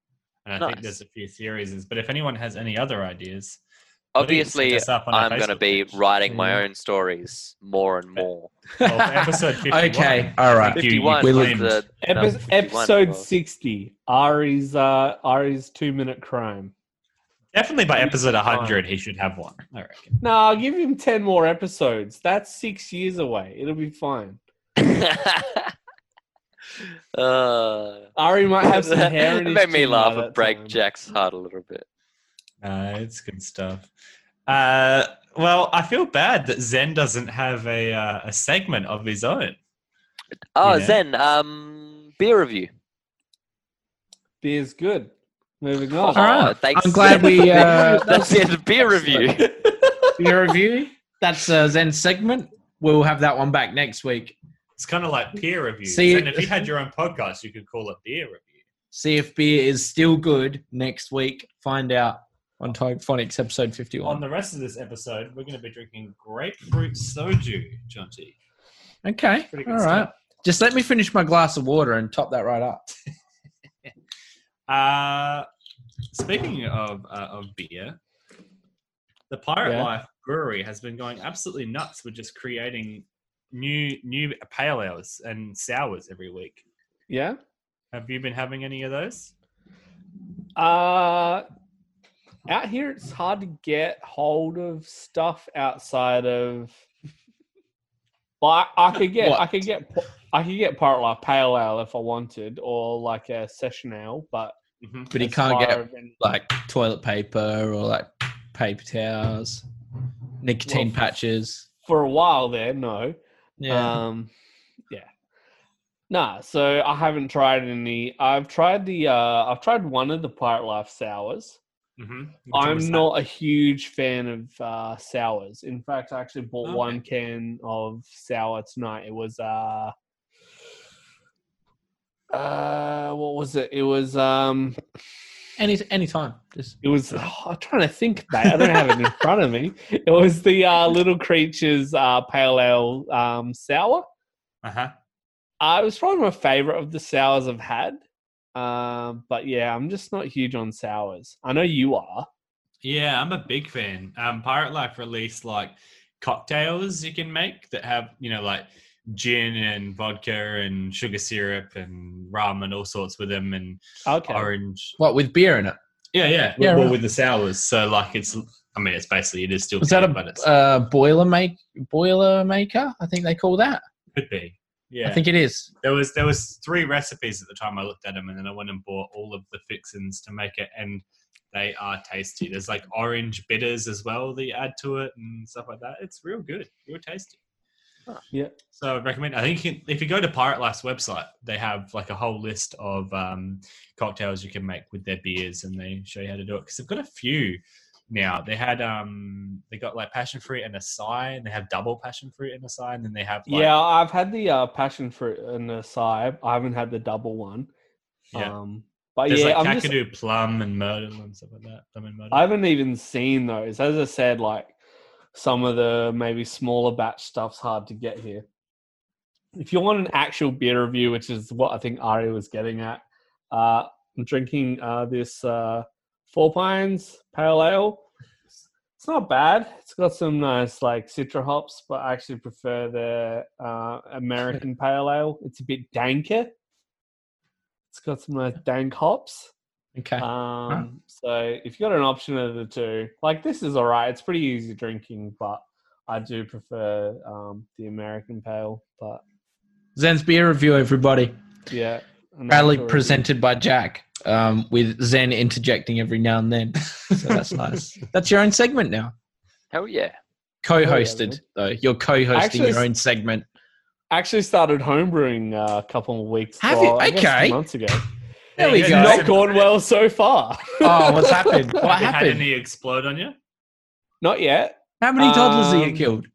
and I think
Nice.
there's a few theories. is- But if anyone has any other ideas. please hit
Obviously,
us up on our
I'm going to
Facebook
be
page.
writing
Yeah.
my own stories more and more.
Well, for episode 51.
okay, all right.
Thank you, you
51
we
was
claimed.
the
Epi-
number 51
episode
was.
sixty. Ari's uh Ari's two minute crime.
Definitely by episode 100, he should have one, I reckon.
No, I'll give him ten more episodes. That's six years away. It'll be fine.
uh,
Ari might have some hair in
It
his
made me
chin by
laugh
that
and break
time.
Jack's heart a little bit.
Uh, it's good stuff. Uh, well, I feel bad that Zen doesn't have a, uh, a segment of his own.
Oh,
Yeah.
Zen, um, beer review.
Beer's good. Moving
Oh,
on.
All right.
thanks.
I'm glad we, uh,
that's the end of beer review.
your review. That's uh, Zen's segment. We'll have that one back next week.
It's kind of like peer review.
See-
and if you had your own podcast, you could call it peer review.
See if beer is still good next week. Find out on Typhonics episode 51.
On the rest of this episode, we're going to be drinking grapefruit soju, Jonty.
okay. All
Pretty good
right.
stuff.
Just let me finish my glass of water and top that right up.
Uh, speaking of uh, of beer, the Pirate
Yeah.
Life Brewery has been going absolutely nuts with just creating new new pale ales and sours every week.
yeah.
Have you been having any of those?
Uh out here it's hard to get hold of stuff outside of like I could get I
What?
could get I could get part like pale ale if I wanted or like a session ale, but
Mhm.
But he
as
can't
far
get
as in-
like toilet paper or like paper towels, nicotine
Well-
patches.
for a while there, no.
Yeah.
Um, yeah. Nah, so I haven't tried any. I've tried the. Uh, I've tried one of the Pirate Life sours.
Mhm. Which one was
I'm
that?
not a huge fan of uh, sours. In fact, I actually bought
Okay.
one can of sour tonight. It was uh, uh, what was it? It was um,
any any time. Just
it was. oh, I'm trying to think back. I don't have it in front of me. It was the uh, Little Creatures uh, Pale Ale um, sour.
Uh-huh.
Uh, it was probably my favorite of the sours I've had. Um, but yeah, I'm just not huge on sours. I know you are.
Yeah, I'm a big fan. Um, Pirate Life released like cocktails you can make that have you know like gin and vodka and sugar syrup and rum and all sorts with them and
Okay.
orange
what with beer in it.
Yeah, yeah,
Yeah,
well,
right.
with the sours. So like it's I mean, it's basically it is still
Was that
tea, but it's,
a uh, boiler make boiler maker? I think they call that.
could be. Yeah,
I think it is.
there was there was three recipes at the time I looked at them, and then I went and bought all of the fixins to make it, and they are tasty. There's like orange bitters as well that you add to it and stuff like that. It's real good, real tasty.
Ah.
Yeah.
So I would recommend. I think you can, if you go to Pirate Life's website, they have like a whole list of um, cocktails you can make with their beers, and they show you how to do it because they've got a few now. They had um, they got like passion fruit and acai, and they have double passion fruit and acai, and then they have like,
yeah, I've had the uh, passion fruit and the acai. I haven't had the double one.
Yeah.
Um, but
There's
yeah,
like
I'm just,
Kakadu plum and myrtle and stuff like that. Plum and myrtle.
I haven't even seen those. As I said, like some of the maybe smaller batch stuff's hard to get here. If you want an actual beer review, which is what I think Ari was getting at, uh, I'm drinking uh, this uh, Four Pines Pale Ale. It's not bad. It's got some nice like citra hops, but I actually prefer the uh, American Pale Ale. It's a bit danker. It's got some nice dank hops.
Okay.
Um, so if you got an option of the two, like this is all right. It's pretty easy drinking, but I do prefer um, the American Pale. But
Zen's beer review, everybody.
yeah, an
Proudly
actual review.
presented by Jack, um, with Zen interjecting every now and then. So that's nice. That's your own segment now.
Hell yeah.
Co-hosted though. You're co-hosting
Actually,
your own segment.
Actually, started homebrewing uh, a couple of weeks.
Have
well,
you?
I guess two
Okay.
months ago.
There
Hey,
we
you
go.
guys-
Not gone well so far.
Oh, what's happened? What
Have you had
happened?
any explode on you?
Not yet.
How many toddlers have you
Um,
killed?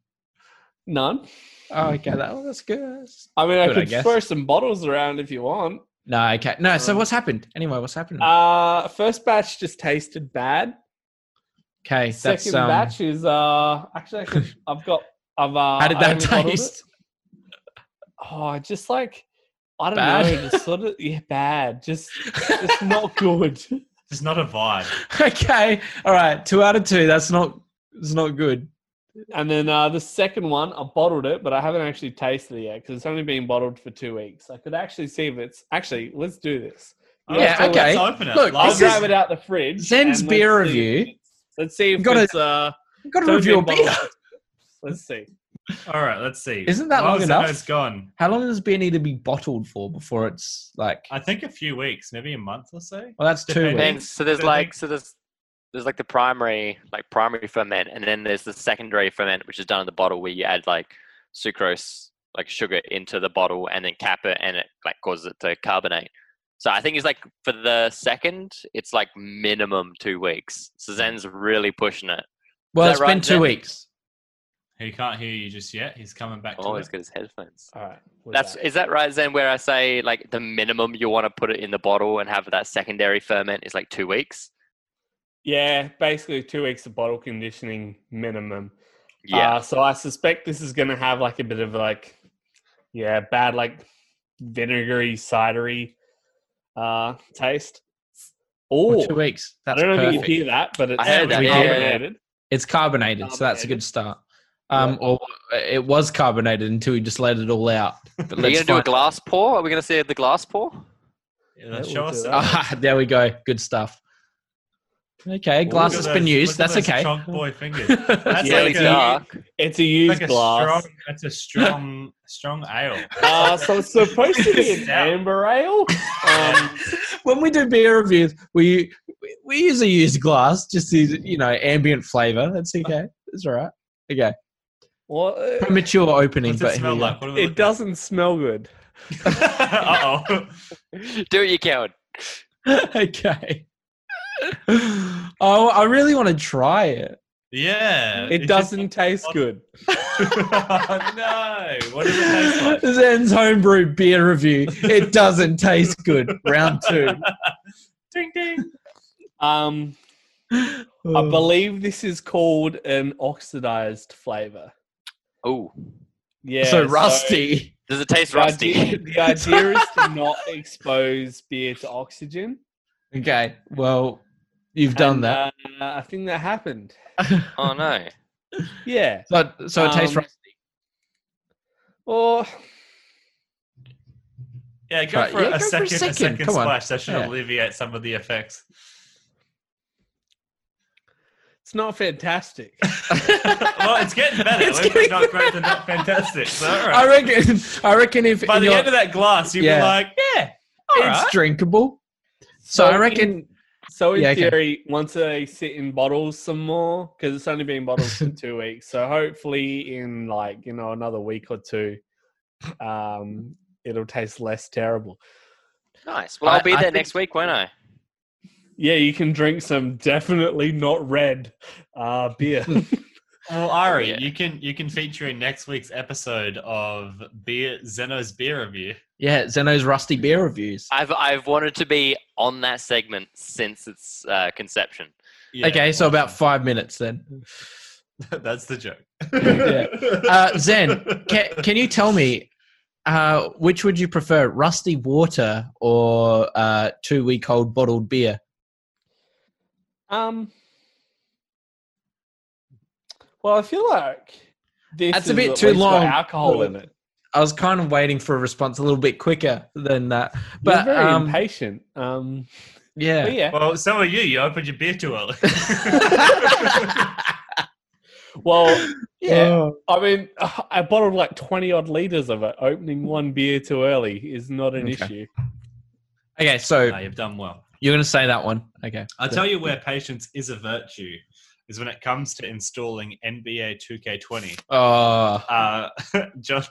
None.
Oh, okay. That, well, that's good.
I mean, I
Good, I
could
guess.
throw some bottles around if you want.
No, okay. No, so
Um,
what's happened? Anyway, what's happened?
Uh, first batch just tasted bad.
okay, that's
Second
um,
batch is uh actually I could- I've got I've uh
how did
I
that
only bottled it.
taste?
Oh, just like I don't
Bad?
know, just sort of yeah, bad. Just just not good.
It's not a vibe.
okay, all right. Two out of two. That's not. It's not good.
And then uh the second one, I bottled it, but I haven't actually tasted it yet because it's only been bottled for two weeks. I could actually see if it's actually let's do this.
All
Yeah,
so
okay.
Let's open it.
Look,
I'll
This
Last-
grab it out the fridge.
Zen's
and let's
beer
see if
review.
it's- Let's see if
Gotta-
it's uh
I've got to
don't
review
be
a beer.
bottled. let's see.
all right, let's see.
Isn't that
Well,
long
so
enough?
It's gone.
How long does beer need E to be bottled for before it's like?
I think a few weeks, maybe a month or so.
Well, that's two weeks.
Depending.
Then, so there's
so
like so there's there's like the primary like primary ferment, and then there's the secondary ferment, which is done in the bottle where you add like sucrose like sugar into the bottle and then cap it, and it like causes it to carbonate. So I think it's like for the second, it's like minimum two weeks. So Zen's really pushing it.
Well,
that
it's been
right,
two
Zen?
weeks.
He can't hear you just yet. He's coming back to
Oh,
it.
he's got his headphones.
All right. we're
That's
back.
is that right, Zen? Where I say like the minimum you want to put it in the bottle and have that secondary ferment is like two weeks.
yeah, basically two weeks of bottle conditioning minimum.
Yeah,
Uh, so I suspect this is going to have like a bit of like, yeah, bad like vinegary cidery uh, taste.
Or
Oh,
two weeks.
I
That's
don't know if you
perfect.
can hear that, but it's
I heard
that,
heavily
yeah, yeah, yeah.
carbonated.
It's carbonated, so that's a good start. Um, or it was carbonated until we just let it all out. But
are you
let's
gonna do a
find-
glass pour? Are we gonna see the glass pour?
Yeah, let's
Yeah,
show
we'll
us.
do
that.
that.
Ah, there we go. Good stuff. Okay,
Ooh,
glass
Look at
has been
those-
used.
look at
That's
those
okay.
Chonk boy fingers.
That's
That's
Yeah,
really
like
it's
a,
dark.
It's a used
like a
glass.
strong. That's a strong, strong ale.
Uh, so it's supposed to be an
Yeah.
amber ale. Um,
when we do beer reviews, we we usually use glass, just to, you know, ambient flavor. That's okay. It's all right. Okay,
well, uh,
premature opening,
What's
but
it smell
here we
like? What are we
it doesn't smell good.
uh oh.
Do it, you coward.
go. okay. oh, I really want to try it.
Yeah.
It
it's just-
doesn't taste good.
oh, no. What does it taste like?
Zen's homebrew beer review. It doesn't taste good. Round two.
Ding ding.
Um, I
Oh.
believe this is called an oxidized flavor.
Oh,
Yeah.
so rusty.
does it taste
The idea,
rusty?
the idea is to not expose beer to oxygen.
Okay. Well, you've done
and,
that.
Uh, I think that happened.
oh no.
Yeah.
so, so it tastes
um,
right.
Or
Yeah, go
Right,
for
yeah,
a,
go for a
second,
second,
a second
come on.
splash. That should
Yeah.
alleviate some of the effects.
It's not fantastic.
well, it's getting better.
It's
We're
getting
not great, but not fantastic. So, all
I
right.
reckon. I reckon if
By
in
the
your-
end of that glass, you'd be
Yeah.
like, yeah, all
it's
right.
drinkable. So,
So
I reckon.
So in
Yeah, okay.
theory, once they sit in bottles some more, because it's only been bottled for two weeks, so hopefully in like you know another week or two, um, it'll taste less terrible.
Nice. Well, I'll
I-
be
I
there
think-
next week, won't I?
Yeah, you can drink some definitely not red uh, beer.
Well, Ari,
Yeah.
you can you can feature in next week's episode of beer Zeno's beer review.
Yeah, Zeno's rusty beer reviews.
I've I've wanted to be on that segment since its uh, conception.
Yeah,
okay, so about five minutes then.
that's the joke.
Yeah. Uh, Zen, Can, can you tell me uh, which would you prefer, rusty water or uh, two week old bottled beer?
um, well, I feel like this
That's a
is
bit
at
too
least got
long.
Alcohol in it,
I was kind of waiting for a response a little bit quicker than that, but
but very
um,
impatient. Um, but
yeah.
yeah.
Well, so are you. You opened your beer too early.
Well, yeah.
Oh.
I mean, I bottled like 20 odd liters of it. Opening one beer too early is not an
Okay.
issue.
Okay, so
no, you've done well.
you're gonna say that one. Okay.
I'll tell you where patience is a virtue is when it comes to installing NBA 2K20.
Oh,
Uh, Josh,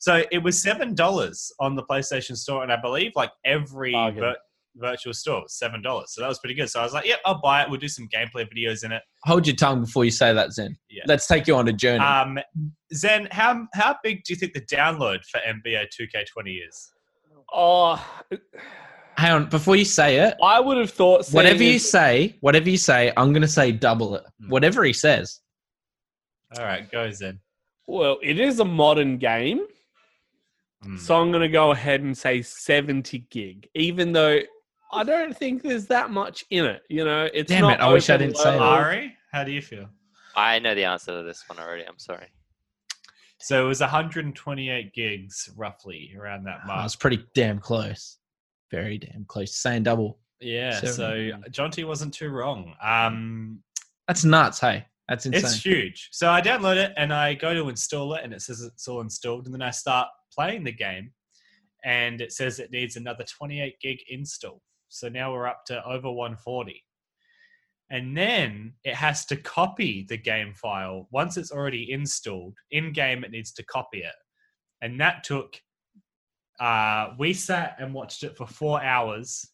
so it was seven dollars on the PlayStation Store, and I believe like every
Bargain.
vir- virtual store was seven dollars. So that was pretty good. So I was like, "Yep, I'll buy it. We'll do some gameplay videos in it."
hold your tongue before you say that, Zen.
Yeah.
Let's take you on a journey.
Um, Zen, how how big do you think the download for NBA 2K20 is?
Oh,
Hang on, before you say it,
I would have thought. seeing
whatever you
as-
say, whatever you say, I'm gonna say double it.
Mm.
Whatever he says.
All right, go Zen.
Well, it is a modern game.
Hmm.
Mm.
So I'm going to go ahead and say 70 gig, even though I don't think there's that much in it. You know, it's
Damn
not
it, I wish I
open
didn't say that.
world.
Ari, how do you feel?
I know the answer to this one already. I'm sorry.
So it was 128 gigs, roughly around that
I
mark.
was pretty damn close. Very damn close. Saying double.
Yeah,
Seven.
so um, Jonty wasn't too wrong. Um,
That's nuts, hey. That's insane.
It's huge. So I download it and I go to install it, and it says it's all installed. And then I start playing the game, and it says it needs another 28 gig install. So now we're up to over 140. And then it has to copy the game file. Once it's already installed, in game, it needs to copy it. And that took, uh, we sat and watched it for four hours.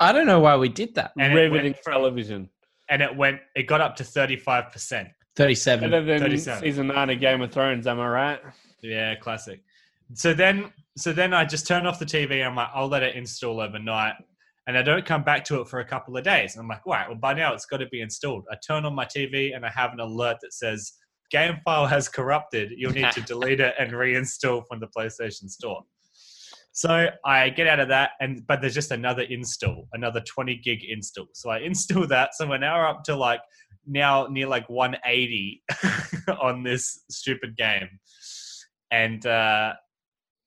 I don't know why we did that.
And it went
Riveting
from-
television.
And it went, it got up to 35%.
Thirty-seven.
Better than
37.
season nine of Game of Thrones, am I right?
Yeah, classic. So then, so then I just turn off the TV. I'm like, I'll let it install overnight, and I don't come back to it for a couple of days. I'm like, all right, well by now it's got to be installed. I turn on my TV and I have an alert that says game file has corrupted. You'll need to delete it and reinstall from the PlayStation Store. So I get out of that, and but there's just another install, another 20 gig install. So I install that. So we're now up to like now near like 180 on this stupid game, and uh,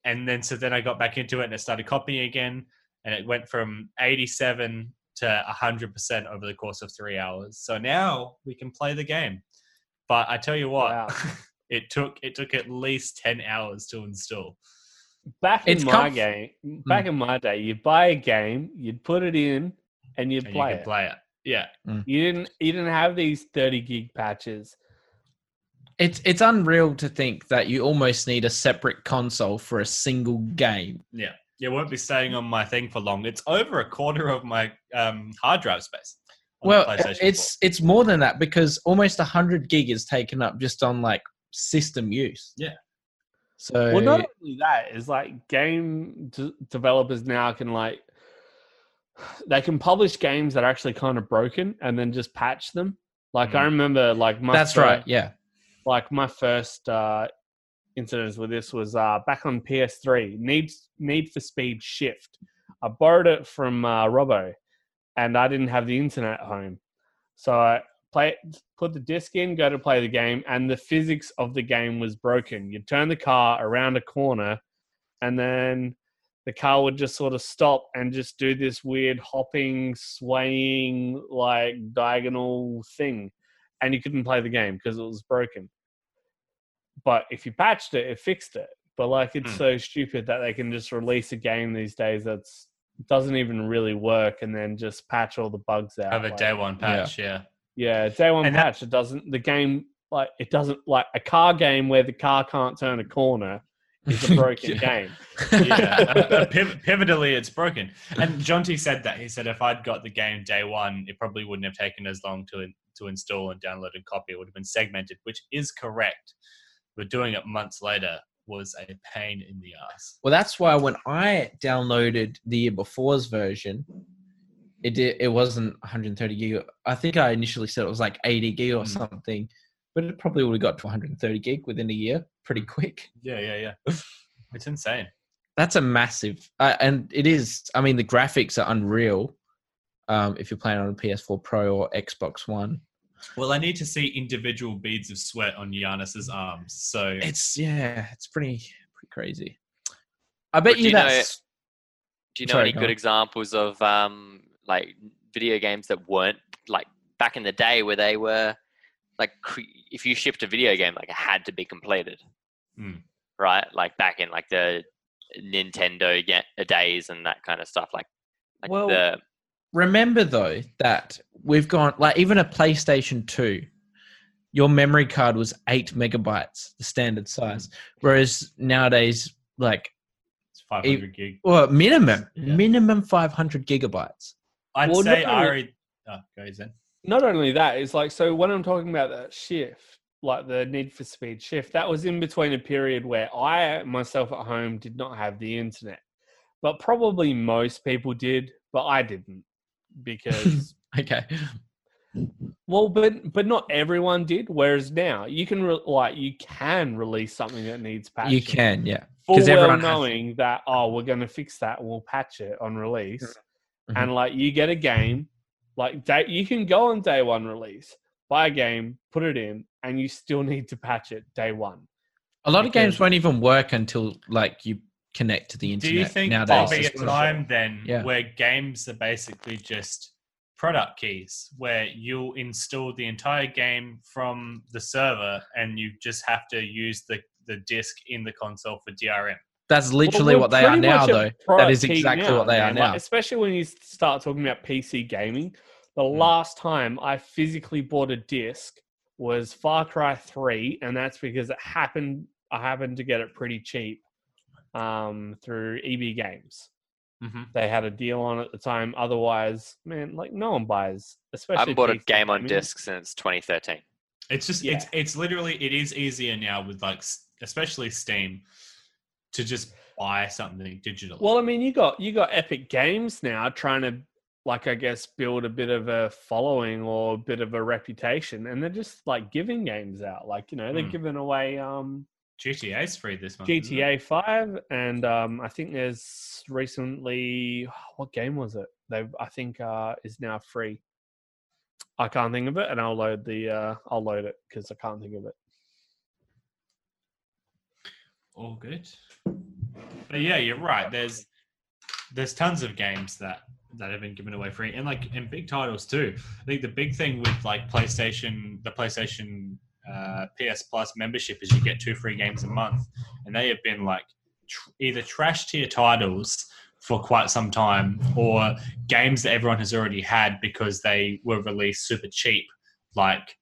and then so then I got back into it and I started copying again, and it went from 87 to 100 percent over the course of three hours. So now we can play the game, but I tell you what,
Wow.
it took it took at least 10 hours to install.
Back
It's mm.
in my
comf-
game, back in my day, you'd buy a game, you'd put it in, and you'd
and
play
you
it.
can play it. Yeah,
You didn't. You didn't have these thirty gig patches.
It's it's unreal to think that you almost need a separate console for a single
Mm.
game.
it won't be staying on my thing for long. It's over a quarter of my um, hard drive space. on the
Well,
PlayStation
it's it's more than that because almost hundred gig is taken up just on like system use.
Yeah.
So
Well, not only that is like game d- developers now can like they can publish games that are actually kind of broken and then just patch them. Like I
Mhm.
remember, like my
that's
fir-
right. Yeah.
Like my first uh, incidents with this was uh, back on PS3. Need Need for Speed Shift. I borrowed it from uh, Robbo, and I didn't have the internet at home, so I play put the disc in, go to play the game, and the physics of the game was broken. You'd turn the car around a corner, and then the car would just sort of stop and just do this weird hopping, swaying, like diagonal thing. and you couldn't play the game because it was broken. But if you patched it, it fixed it. But like it's
Hmm.
so stupid that they can just release a game these days that's doesn't even really work and then just patch all the bugs out.
Have a
like-
day one patch, yeah.
Yeah, day one
And that-
patch. it doesn't the game like it doesn't like a car game where the car can't turn a corner is a broken game.
yeah, Piv- pivotally, it's broken. And Jonty said that he said if I'd got the game day one, it probably wouldn't have taken as long to to install and download and copy. It would have been segmented, which is correct. But doing it months later was a pain in the ass.
Well, that's why when I downloaded the year before's version, it did, it wasn't 130 gig. I think I initially said it was like 80 gig or
Mm.
something, but it probably would have got to 130 gig within a year, pretty quick.
Yeah, yeah, yeah. It's insane.
That's a massive, uh, and it is. I mean, the graphics are unreal. Um, if you're playing on a PS4 Pro or Xbox One,
Well, I need to see individual beads of sweat on Giannis's arms. So
it's yeah, it's pretty pretty crazy. I bet
But
you,
do you know-
that's
Do you know
Sorry,
any
go
good
on.
examples of um, like video games that weren't like back in the day where they were like cre- if you shipped a video game like it had to be completed,
Hmm.
right? Like back in like the Nintendo ga- uh, days and that kind of stuff. Like, like
Well-
the
remember though that we've gone like even a PlayStation 2, your memory card was eight megabytes, the standard size. Whereas nowadays, like
it's 500 gig.
well, minimum
Yeah.
minimum five hundred gigabytes.
I'd
Well,
say
no.
Ari. Oh, goes in.
Not only that, it's like so when I'm talking about that shift, like the need for speed shift, that was in between a period where I myself at home did not have the internet. But probably most people did, but I didn't because
Okay.
Well, but but not everyone did. Whereas now you can re- like you can release something that needs patching.
You can, yeah.
full
'cause
well
everyone has-
knowing that oh we're going to fix that. We'll patch it on release,
Mhm.
and like you get a game like that you can go on day one release, buy a game, put it in, and you still need to patch it day one.
A lot of games
Because-
won't even work until like you connect to the internet.
Do you think
nowadays?
there'll be a
It's sort of-
time then
Yeah.
where games are basically just product keys, where you install the entire game from the server and you just have to use the, the disk in the console for DRM?
That's
Well,
literally
we're
what they are
pretty
now,
much a
though.
product
is
team
exactly what they are
man. Like,
now.
especially when you start talking about PC gaming. The
Mm.
last time I physically bought a disc was Far Cry 3, and that's because it happened. I happened to get it pretty cheap um, through EB Games.
Mm-hmm.
They had a deal on it at the time. Otherwise, man, like no one buys. Especially
I haven't bought a
PC
game on
gaming.
disc since 2013.
It's just it's it's literally it is easier now with like s- especially Steam to just buy something digitally.
Well, I mean, you got you got Epic Games now trying to, like, I guess, build a bit of a following or a bit of a reputation, and they're just like giving games out. Like, you know, they're
Hmm.
giving away um,
GTA's free
Oh,
this month. isn't it?
GTA Five, and um, I think there's recently what game was it? They have I think uh, is now free. I can't think of it, and I'll load the uh, I'll load it because I can't think of it.
all good. But yeah, you're right. There's there's tons of games that that have been given away free, and like and big titles too. I think the big thing with like PlayStation, the PlayStation uh, PS Plus membership is you get two free games a month, and they have been like tr- either trash tier titles for quite some time, or games that everyone has already had because they were released super cheap, like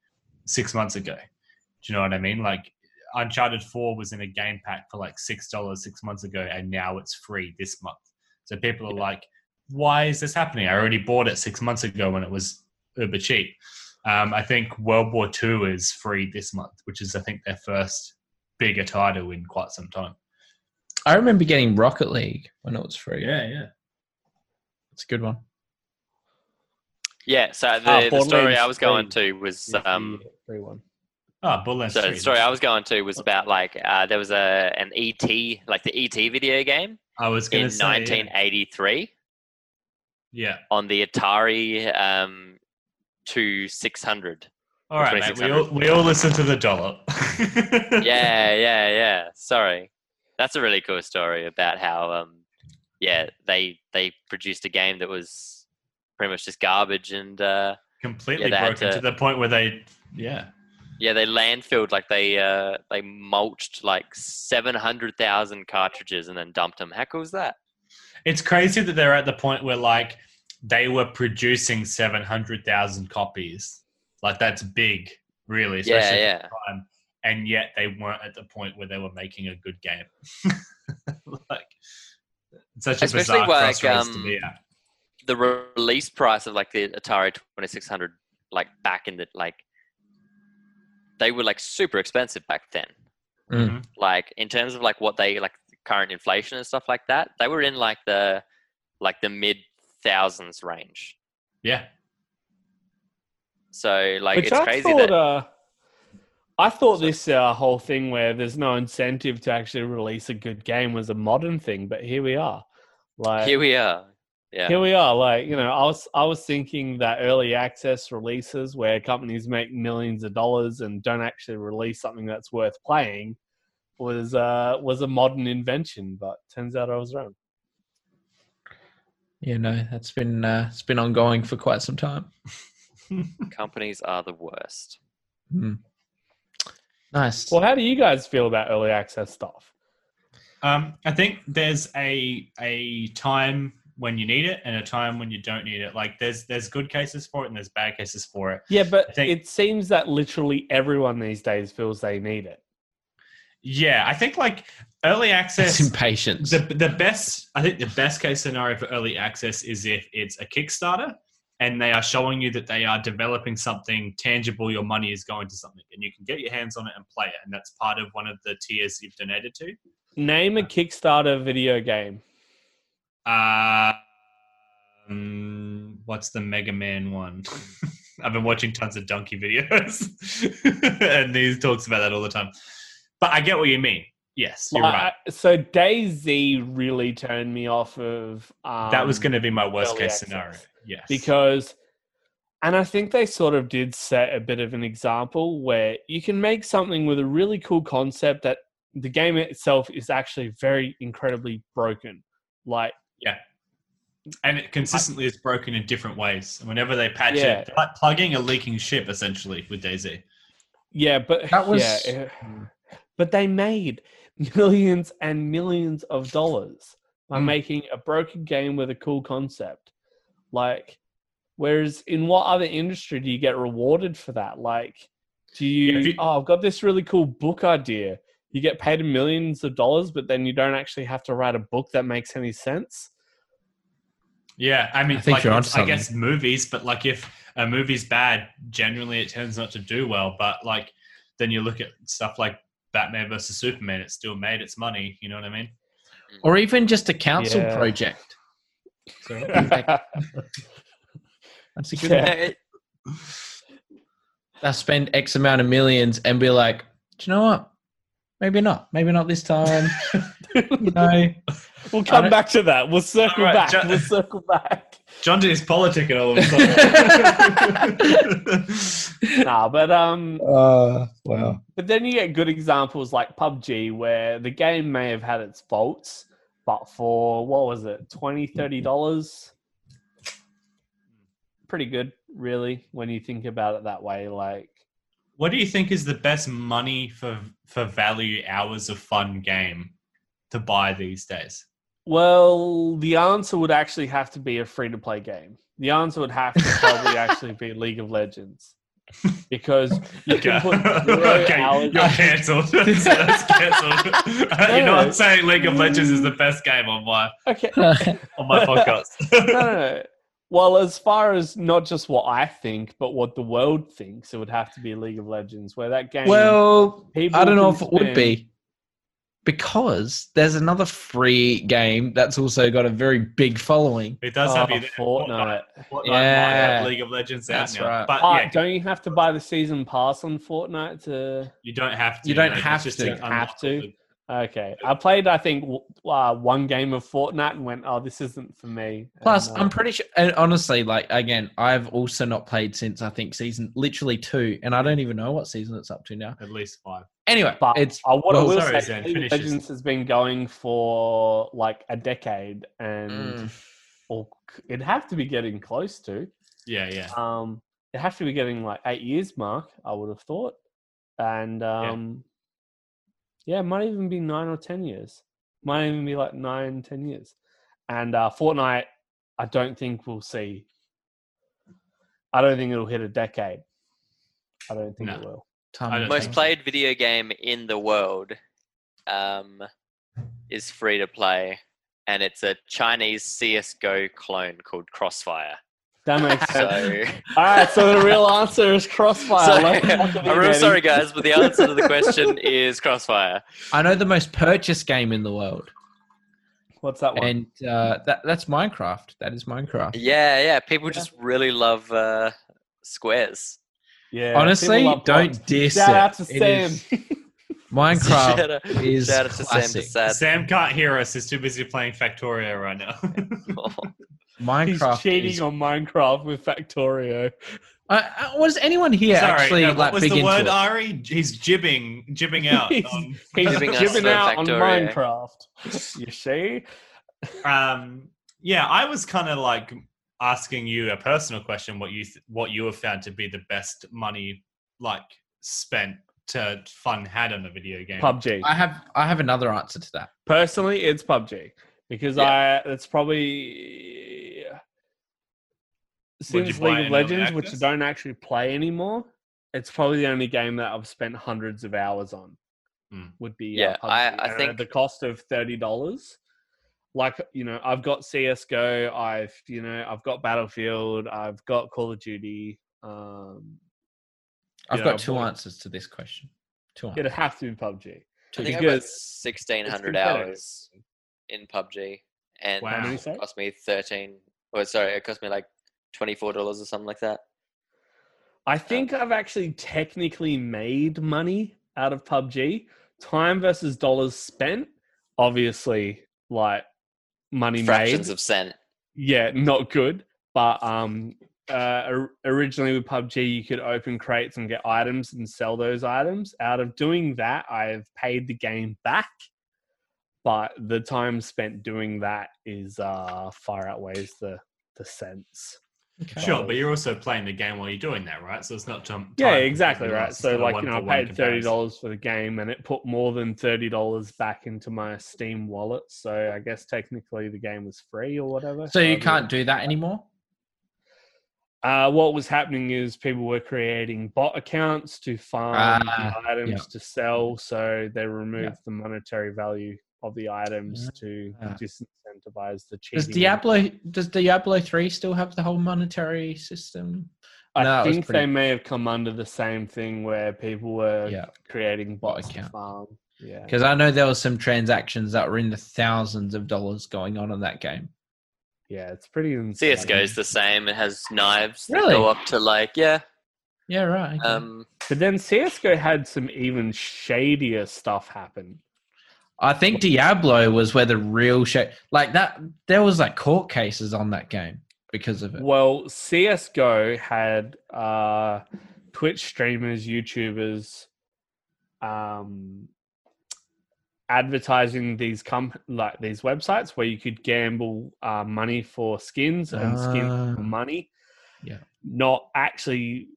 six months ago. Do you know what I mean? Like Uncharted 4 was in a game pack for like $6 six months ago, and now it's free this month. So people are like, why is this happening? I already bought it six months ago when it was uber cheap. Um, I think World War II is free this month, which is, I think, their first bigger title in quite some time.
I remember getting Rocket League when it was free.
yeah.
It's a good one.
Yeah, so
Ah,
the, the story
Borderlands
I was going
three.
to was um,
uh, free one.
Oh, Bullet
so the story I was going to was about like uh, there was a an ET like the ET video game
I was
in
going to say.
1983
Yeah.
on the Atari um, to 600.
All right, mate. We all, we all listen to the dollop.
yeah, yeah, yeah. Sorry, that's a really cool story about how um, yeah they they produced a game that was pretty much just garbage and uh,
completely
Yeah, they had
broken
to-
to the point where they, yeah,
Yeah, they landfilled like they uh, they mulched like seven hundred thousand cartridges and then dumped them. How cool is that?
It's crazy that they're at the point where like they were producing seven hundred thousand copies. Like that's big, really.
yeah,
especially
yeah.
for the Time. And yet they weren't at the point where they were making a good game. like it's such a
Especially
bizarre
like,
crossroads to
um,
be at.
the re- release price of like the Atari 2600 like back in the like they were like super expensive back then
Mm-hmm.
Mm.
like in terms of like what they like current inflation and stuff like that they were in like the like the mid thousands range
Yeah.
so like
Which
it's
I
crazy
thought,
that
uh, I thought this uh, whole thing where there's no incentive to actually release a good game was a modern thing, but here we are. Like
here we are yeah
here we are like you know i was i was thinking that early access releases where companies make millions of dollars and don't actually release something that's worth playing was uh was a modern invention but turns out i was wrong
You know, that's been uh, it's been ongoing for quite some time.
companies are the worst
Mm. Nice.
well how do you guys feel about early access stuff
Um, I think there's a a time when you need it and a time when you don't need it. Like there's there's good cases for it and there's bad cases for it.
yeah
I
but
think-
it seems that literally everyone these days feels they need it
Yeah, I think like early
That's
access
impatience.
The the best I think the best case scenario for early access is if it's a Kickstarter and they are showing you that they are developing something tangible, your money is going to something, and you can get your hands on it and play it, and that's part of one of the tiers you've donated to.
name a kickstarter video game
Uh, um, what's the Mega Man one? I've been watching tons of donkey videos, and these talks about that all the time. But I get what you mean. Yes, you're
Like,
right.
I- so daisy really turned me off of um,
That was going to be my worst
early
case
access.
scenario. Yes,
because and i think they sort of did set a bit of an example where you can make something with a really cool concept that the game itself is actually very incredibly broken like
and it consistently is broken in different ways. And whenever they patch
Yeah.
it, pl- plugging a leaking ship essentially with Daisy.
yeah but
That was-
yeah, eh, but they made millions and millions of dollars by
Mm.
making a broken game with a cool concept like whereas in what other industry do you get rewarded for that like do you,
if you-
oh i've got this really cool book idea you get paid millions of dollars but then you don't actually have to write a book that makes any sense
Yeah, I mean,
I think
like,
you're onto
it's- I guess movies, but like if a movie's bad, generally it tends not to do well. But like, then you look at stuff like Batman versus Superman; it still made its money. You know what I mean?
or even just a council
Yeah.
project.
So,
yeah
That's a good
Yeah.
one. They'll spend X amount of millions and be like, do you know what? Maybe not. Maybe not this time. you know,
we'll
I
come
don't-
back to that we'll circle back
Alright, ju-
we'll circle back
John Deere's politicking all of a sudden.
nah but um
Uh, wow.
But then you get good examples like PUBG, where the game may have had its faults, but for what was it, 20 dollars? Pretty good, really, when you think about it that way. Like,
what do you think is the best money for for value hours of fun game to buy these days?
well, the answer would actually have to be a free to play game. The answer would have to probably actually be League of Legends, because you
Okay.
can put zero
okay,
hours.
you're cancelled. So That's cancelled. you know, I'm saying League of Legends is the best game on my
Okay,
on my
no,
podcast.
no, no. Well, as far as not just what I think, but what the world thinks, it would have to be League of Legends, where that game.
well,
people
I don't know
can
if it would
spend-
be because there's another free game that's also got a very big following.
it does
Oh,
have you there.
Fortnite.
Fortnite
Yeah.
might have League of Legends out
That's
now,
right.
but
Oh,
yeah,
don't you have to buy the season pass on Fortnite to?
you don't have to.
You don't
no, it's
have
just
to.
an unlock
Have to.
the-
Okay, I played I think w- uh, one game of Fortnite and went, "Oh, this isn't for me."
Plus,
And, uh,
I'm pretty sure, and honestly, like, again, I've also not played since I think season literally two, and I don't even know what season it's up to now.
At least five.
Anyway,
But
it's
I, what
well,
I will
sorry,
say,
Zen,
League
finish
of
this.
Legends has been going for like a decade, and
Mm.
or c- it'd have to be getting close to.
Yeah, yeah.
Um, They have to be getting like eight years mark, I would have thought. And um, yeah, it might even be nine or ten years. Might even be like nine, ten years. And uh, Fortnite, I don't think we'll see. I don't think it'll hit a decade. I don't think
No.
it will.
I don't
Most
think so.
played video game in the world um, is free to play, and it's a Chinese CSGO clone called Crossfire.
That makes sense.
So,
All right, so the real answer is Crossfire.
so
Let's not
I'm real
debate
sorry,
it.
guys, but the answer to the question is Crossfire.
I know the most purchased game in the world,
What's that one?
and uh, that that's Minecraft. That is Minecraft.
Yeah, yeah. People
Yeah.
just really love uh, squares.
yeah,
Honestly,
people love
don't
blocks.
diss
Shout out to
it. It
Sam.
is- Minecraft
shout out,
is
shout out to Sam
classic.
Desad.
Sam can't hear us. He's too busy playing Factorio right now.
Minecraft.
He's cheating
is-
on Minecraft with Factorio.
I- I- was anyone here
Sorry,
actually
no,
like
what was
big
the
into
word,
it?
Ari? He's jibbing, jibbing out. Um,
He's-
on,
He's
Giving us
giving
the eh?
out on
Factorio.
Minecraft. You see?
um, yeah, I was kind of like asking you a personal question: what you th- what you have found to be the best money like spent to fun had on a video game?
PUBG.
I have I have another answer to that.
Personally, it's PUBG because I it's probably
you
since
buy
League
an
of
early
Legends, which I
access?
don't actually play anymore. It's probably the only game that I've spent hundreds of hours on.
Mm.
Would be
Yeah, I-
uh, PUBG.
I
And at
think-
the cost of thirty dollars. Like you know, I've got CS:GO. I've you know, I've got Battlefield. I've got Call of Duty. Um,
I've
Yeah,
got two
boy.
answers to this question. Two
it'd
answers.
have to be PUBG.
I think I got
Because-
1600
competitive.
hours in PUBG, and
Wow. How many,
it
sorry?
cost me 13. Or sorry, it cost me like 24 dollars or something like that.
I think I've actually technically made money out of PUBG. Time versus dollars spent, obviously, like money
Fractions
made.
of cent.
yeah, not good. But um, uh, or- originally with PUBG, you could open crates and get items and sell those items. Out of doing that, I've paid the game back. But the time spent doing that is uh, far outweighs the the sense.
Okay.
Sure, but you're also playing the game while you're doing that, right? So it's not time.
Yeah,
time-
exactly right.
it's
So
not a
like you know, I
one-for-one
paid thirty
comparison.
dollars for the game, and it put more than thirty dollars back into my Steam wallet. So I guess technically the game was free or whatever.
So you
however-
can't do that anymore.
Uh, what was happening is people were creating bot accounts to farm the
Ah,
items
yeah.
to sell, so they removed the monetary value of the items to
Ah.
disincentivize the cheating.
Does Diablo does Diablo three still have the whole monetary system?
I
No, it was
think they
pretty-
may have come under the same thing where people were
Yeah.
creating
Bot
bots to
account.
farm. Yeah.
Because I know there were some transactions that were in the thousands of dollars going on in that game.
Yeah, it's pretty insane.
CS:GO is the same. It has knives that
Really?
go up to like yeah.
Yeah, right. okay.
Um,
But then CS:GO had some even shadier stuff happen.
I think Diablo was where the real shit like that. There was like court cases on that game because of it.
Well, CS:GO had uh, Twitch streamers, YouTubers, um, advertising these com- like these websites where you could gamble uh, money for skins and skins
Ah.
for money.
Yeah.
Not actually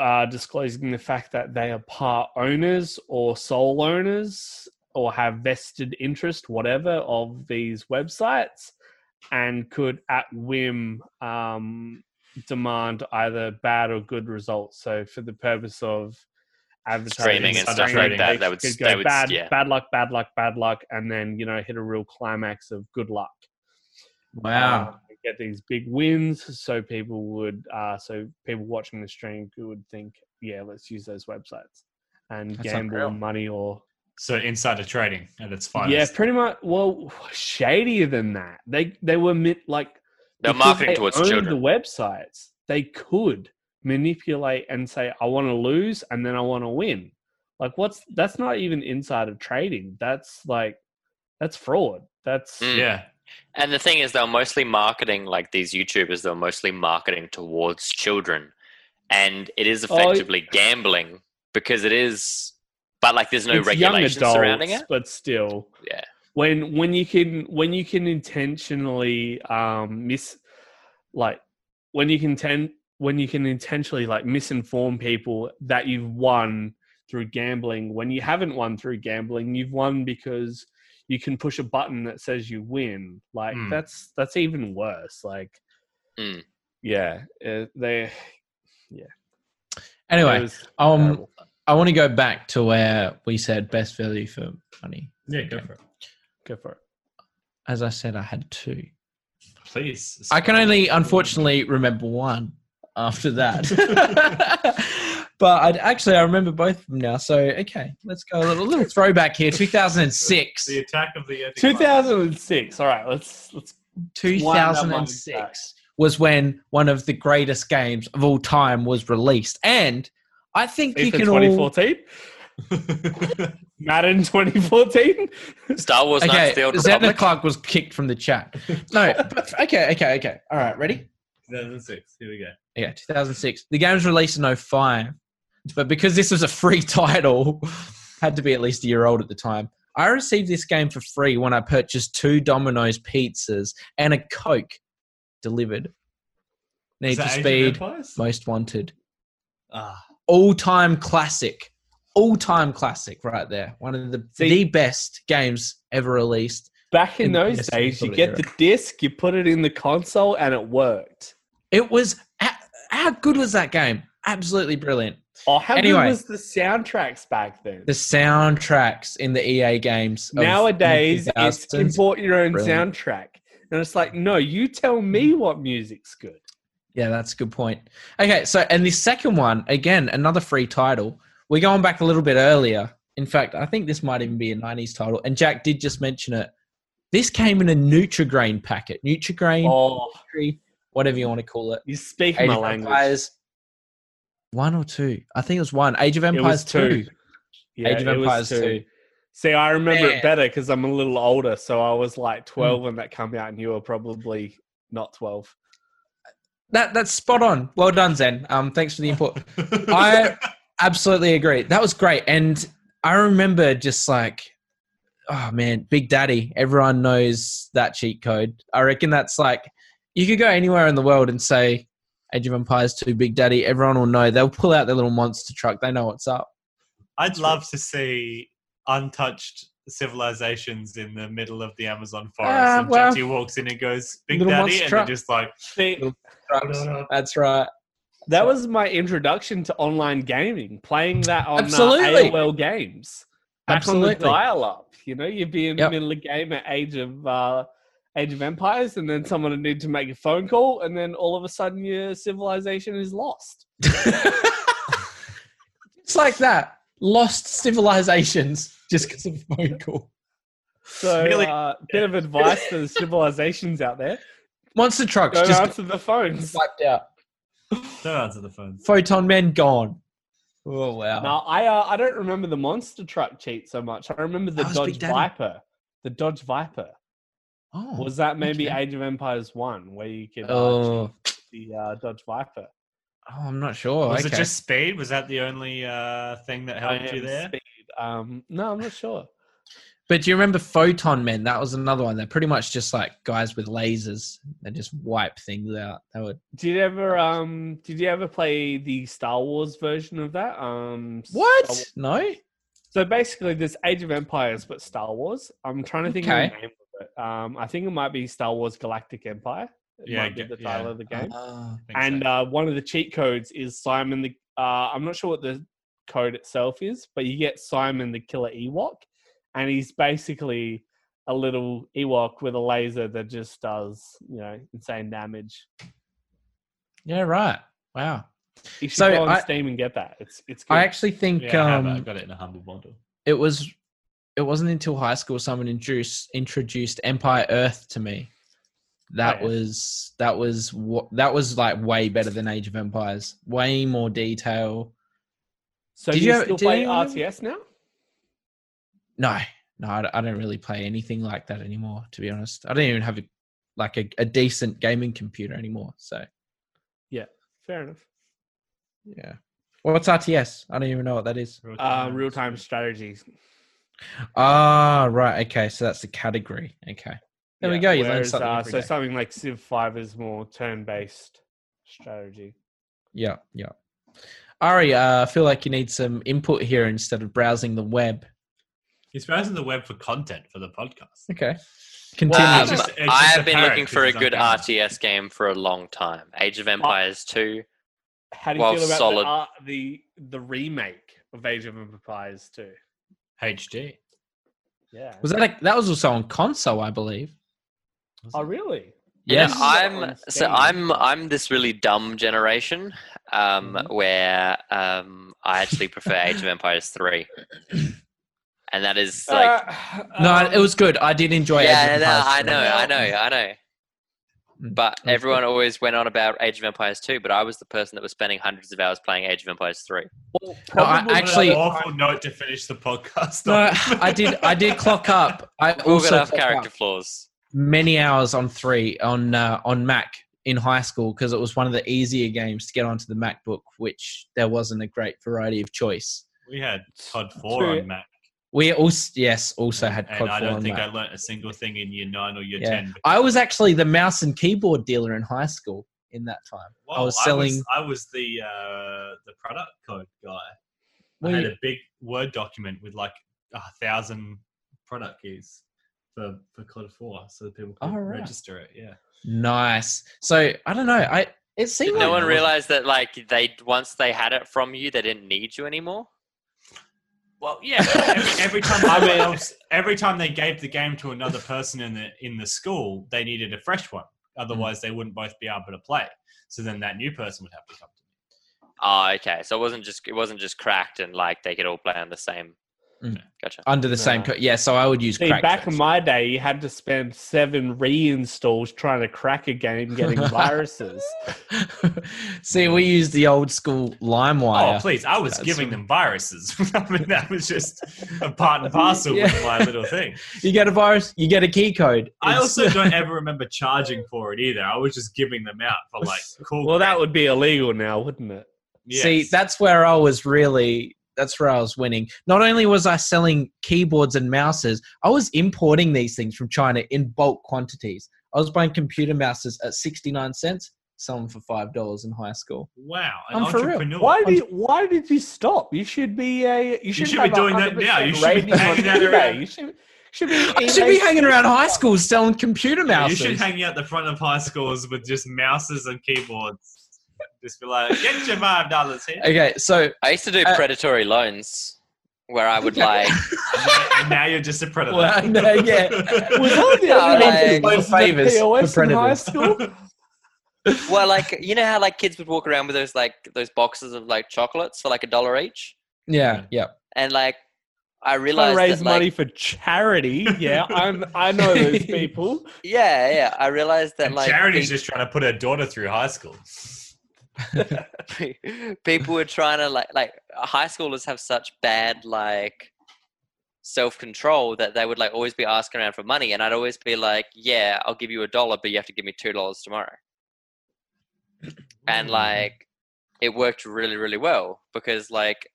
uh, disclosing the fact that they are part owners or sole owners or have vested interest, whatever, of these websites and could at whim um, demand either bad or good results. So, for the purpose of advertising
Streaming and
stuff like
that, that would-
could
that
go
would-
bad,
yeah.
bad luck, bad luck, bad luck, and then you know hit a real climax of good luck.
Wow.
Um, get these big wins, so people would, uh, so people watching the stream would think, yeah, let's use those websites and
That's
gamble
unreal.
money or
So insider trading at its finest.
yeah, pretty much. Well, shadier than that. They they were mint like
they're
because
marketing
they
towards
owned
children.
The websites they could manipulate and say, "I want to lose," and then I want to win. Like, what's that's not even insider trading. That's like that's fraud. That's
Mm.
yeah.
And the thing is, they were mostly marketing like these YouTubers. They were mostly marketing towards children, and it is
Oh, it-
effectively gambling because it is. But like, there's no
it's
regulations surrounding it.
but still,
Yeah.
When when you can when you can intentionally um miss like when you can ten, when you can intentionally like misinform people that you've won through gambling when you haven't won through gambling you've won because you can push a button that says you win like
Hmm.
Mm.
that's that's even worse like
Mm.
yeah uh, they it
Anyway,
was
um,
terrible.
I want to go back to where we said best value for money.
Yeah, go for it.
go for it
As I said, I had two.
Please.
I can only, unfortunately, remember one after that. but I'd, actually, I remember both of them now. So, okay, let's go a little, little throwback here. 2006.
The attack of the.
2006 all right let's let's that money
2006 was when one of the greatest games of all time was released. And I think you
FIFA
can all...
2014 Madden 2014
Star Wars Knights
Okay,
of the Old
Xander
Republic.
Clark was kicked from the chat. No, but, okay, okay, okay. All right, ready?
2006. Here we go.
Yeah, 2006. The game was released in 05, but because this was a free title, had to be at least a year old at the time. I received this game for free when I purchased two Domino's pizzas and a Coke delivered. Need
Is
for
that Age of
Speed,
Empires?
Most Wanted.
Ah,
All time classic. All time classic right there. One of the,
See-
the best games ever released.
back in
In
those
PS
days you
sort of
get
era.
the disc you put it in the console and it worked
It was. a- How good was that game? Absolutely brilliant.
oh how
Anyway.
good was the soundtracks back then
The soundtracks in the EA games. of
nowadays
the
it's
2000s.
import your own
Brilliant.
soundtrack and it's like no you tell me
Mm.
what music's good
Yeah, that's a good point. Okay, so and the second one, again, another free title. We're going back a little bit earlier. In fact, I think this might even be a '90s title. And Jack did just mention it. This came in a Nutrigrain packet, Nutrigrain,
oh
Nutri- whatever you want to call it.
you speak
Age
my
of
language
Empires, one or two? I think it was one. Age of
was
Empires
two.
two.
Yeah,
Age of
it was
Empires
too-
2.
see i remember
Man. Mm.
it better because i'm a little older so i was like 12 when that came out and you were probably not 12
That that's spot on. Well done, Zen. Um, thanks for the input. I absolutely agree. That was great, and I remember just like, oh man, Big Daddy. Everyone knows that cheat code. I reckon that's like, you could go anywhere in the world and say Age of Empires Two, Big Daddy. Everyone will know. They'll pull out their little monster truck. They know what's up.
I'd love to see untouched civilizations in the middle of the Amazon forest.
Ah,
and
well.
Jackie walks in and goes, Big
Little
Daddy,
monster
and they're
truck.
just like,
See,
Trucks. That's right.
that was my introduction to online gaming playing that on uh,
Absolutely.
aol games back on the
Absolutely.
dial-up. You know, you'd be in the
Yep.
middle of game at Age of uh, Age of Empires, and then someone would need to make a phone call, and then all of a sudden your civilization is lost.
It's like that. Lost civilizations just because of a phone call.
So,
Really?
uh, bit of advice to the civilizations out there:
Monster trucks
don't
just
answer the phones.
wiped out.
don't answer the phone.
Photon Men gone. Oh wow.
Now, I uh, I don't remember the monster truck cheat so much. I remember the
That was
Dodge
Big Daddy.
Viper. The Dodge Viper
oh.
was that maybe
okay.
Age of Empires one, where you could uh,
oh.
cheat the uh, Dodge Viper.
Oh, I'm not sure.
was
okay.
it just speed? Was that the only uh, thing that helped you
And
there?
speed. Um, no, I'm not sure.
But do you remember Photon Men? That was another one. They're pretty much just like guys with lasers. They just wipe things out. They would.
Did you ever um did you ever play the Star Wars version of that? Um Star Wa-
What? No.
So basically there's Age of Empires but Star Wars. I'm trying to think of
Okay.
the name of it. Um I think it might be Star Wars Galactic Empire. It
Yeah,
might be
ga-
the title
yeah. Uh-huh.
of the game.
Ah.
I think
and
so.
uh one of the cheat codes is Simon the uh I'm not sure what the code itself is, but you get Simon the Killer Ewok and he's basically a little Ewok with a laser that just does, you know, insane damage.
yeah. Right. Wow.
You should
So
go on
I-
Steam and get that. It's it's good.
I actually think
yeah, I, have, it. I
um,
got it in a humble bundle.
it was. It wasn't until high school someone introduced introduced Empire Earth to me. That
yeah.
was that was what that was like way better than Age of Empires. Way more detail.
So
Did
do you,
you have-
still
did
play
anyone have-
RTS now?
No, no, I, d- I don't really play anything like that anymore. To be honest, I don't even have a, like a, a decent gaming computer anymore. So
Fair enough.
yeah, what's RTS? I don't even know what that is.
Uh, Real time strategies.
Ah, right. Okay, so that's the category. Okay, there we
Yeah,
uh,
go. You learn
whereas,
something.
uh,
every
so
day.
something like Civ Five is more turn based strategy.
Yeah, yeah. Ari, uh, I feel like you need some input here instead of browsing the web.
He's browsing the web for content for the podcast.
Okay.
Well,
Continue.
Wow.
um,
It's just- it's just
I
a
have been
parrot
looking
because
for a
it's on
good
camera.
RTS game for a long time. Age of Empires 2.
How do you
Well,
feel about
solid.
The, art, the the remake of Age of Empires 2?
HD.
Yeah.
Was that a, that was also on console, I believe.
oh, really?
Yeah,
Yes.
I'm
On
so
Steam.
I'm I'm this really dumb generation um,
Mhm.
where um, I actually prefer Age of Empires 3. And that
Uh,
is like
no,
um,
it was good. I did enjoy Age
Um, Yeah,
of
no,
Empires
I
three.
know, I know, I know.
Mm,
But
good.
everyone always went on about Age of Empires 2, but I was the person that was spending hundreds of hours playing Age of Empires 3.
No, I
Probably
actually-
What an awful note to finish the podcast.
No,
on.
I did. I did clock up. I
We've all
also
got our
clocked
character
up
flaws.
many hours on three on uh, on Mac in high school because it was one of the easier games to get onto the MacBook, which there wasn't a great variety of choice.
We had COD 4
True.
on Mac.
We also yes also had
and
COD
I
4
don't
on
think
Mac.
I learnt a single thing in year nine or year
Yeah.
ten.
I was actually the mouse and keyboard dealer in high school in that time.
Whoa,
I was selling.
I was, the uh, the product code guy. I
Well,
had
you-
a big word document with like a thousand product keys for for COD four, so that people could
All Oh, right.
register it. Yeah,
nice. So I don't know. I it seemed
Did no
like-
one realized that like they once they had it from you, they didn't need you anymore?
Well, yeah. Every, every time someone else, every time they gave the game to another person in the in the school, they needed a fresh one. Otherwise, they wouldn't both be able to play. So then that new person would have to come to me.
Oh, okay. So it wasn't just it wasn't just cracked and like they could all play on the same.
Mm.
Gotcha.
under the same.
No.
Co- yeah, so I would use.
See,
crack
back
first.
in my day, you had to spend seven reinstalls trying to crack a game getting viruses.
See, we use the old school LimeWire.
Oh, please! I was
That's-
giving them viruses. I mean, that was just a part and parcel
Yeah.
with my little thing.
you get a virus, you get a key code.
I
It's-
also don't ever remember charging for it either. I was just giving them out for like cool.
Well, that
was
would be illegal now, wouldn't it?
see that's where I was really. That's where I was winning. Not only was I selling keyboards and mouses, I was importing these things from China in bulk quantities. I was buying computer mouses at sixty nine cents, selling for five dollars in high school.
Wow, an
I'm for real.
entrepreneur.
Why did Why did you stop? You should be a. You should,
should be
have
doing that now.
100%
You should be
rating on
hanging out
eBay.
around.
You should, should be.
I should be hanging around high schools selling computer
Yeah, you
mouses.
should hang out the front of high schools with just mouses and keyboards. Just be like, get your five dollars here.
okay, so
I used to do
Uh,
predatory loans where I would
Okay.
like
and now you're just a predator.
Well, no, yeah.
Was I the
Yeah,
only one who
like-
was the
Favors for
POS in high
predators.
school?
well like you know how like kids would walk around with those like those boxes of like chocolates for like a dollar each?
yeah, yeah.
And like I
I
realized
raise
that,
money
like,
for charity. Yeah, I'm. I know those people.
yeah, yeah. I realized that
And
like
Charity's
pe-
just trying to put her daughter through high school.
people were trying to like like high schoolers have such bad like self control that they would like always be asking around for money and I'd always be like, Yeah, I'll give you a dollar but you have to give me two dollars tomorrow. And like it worked really, really well because like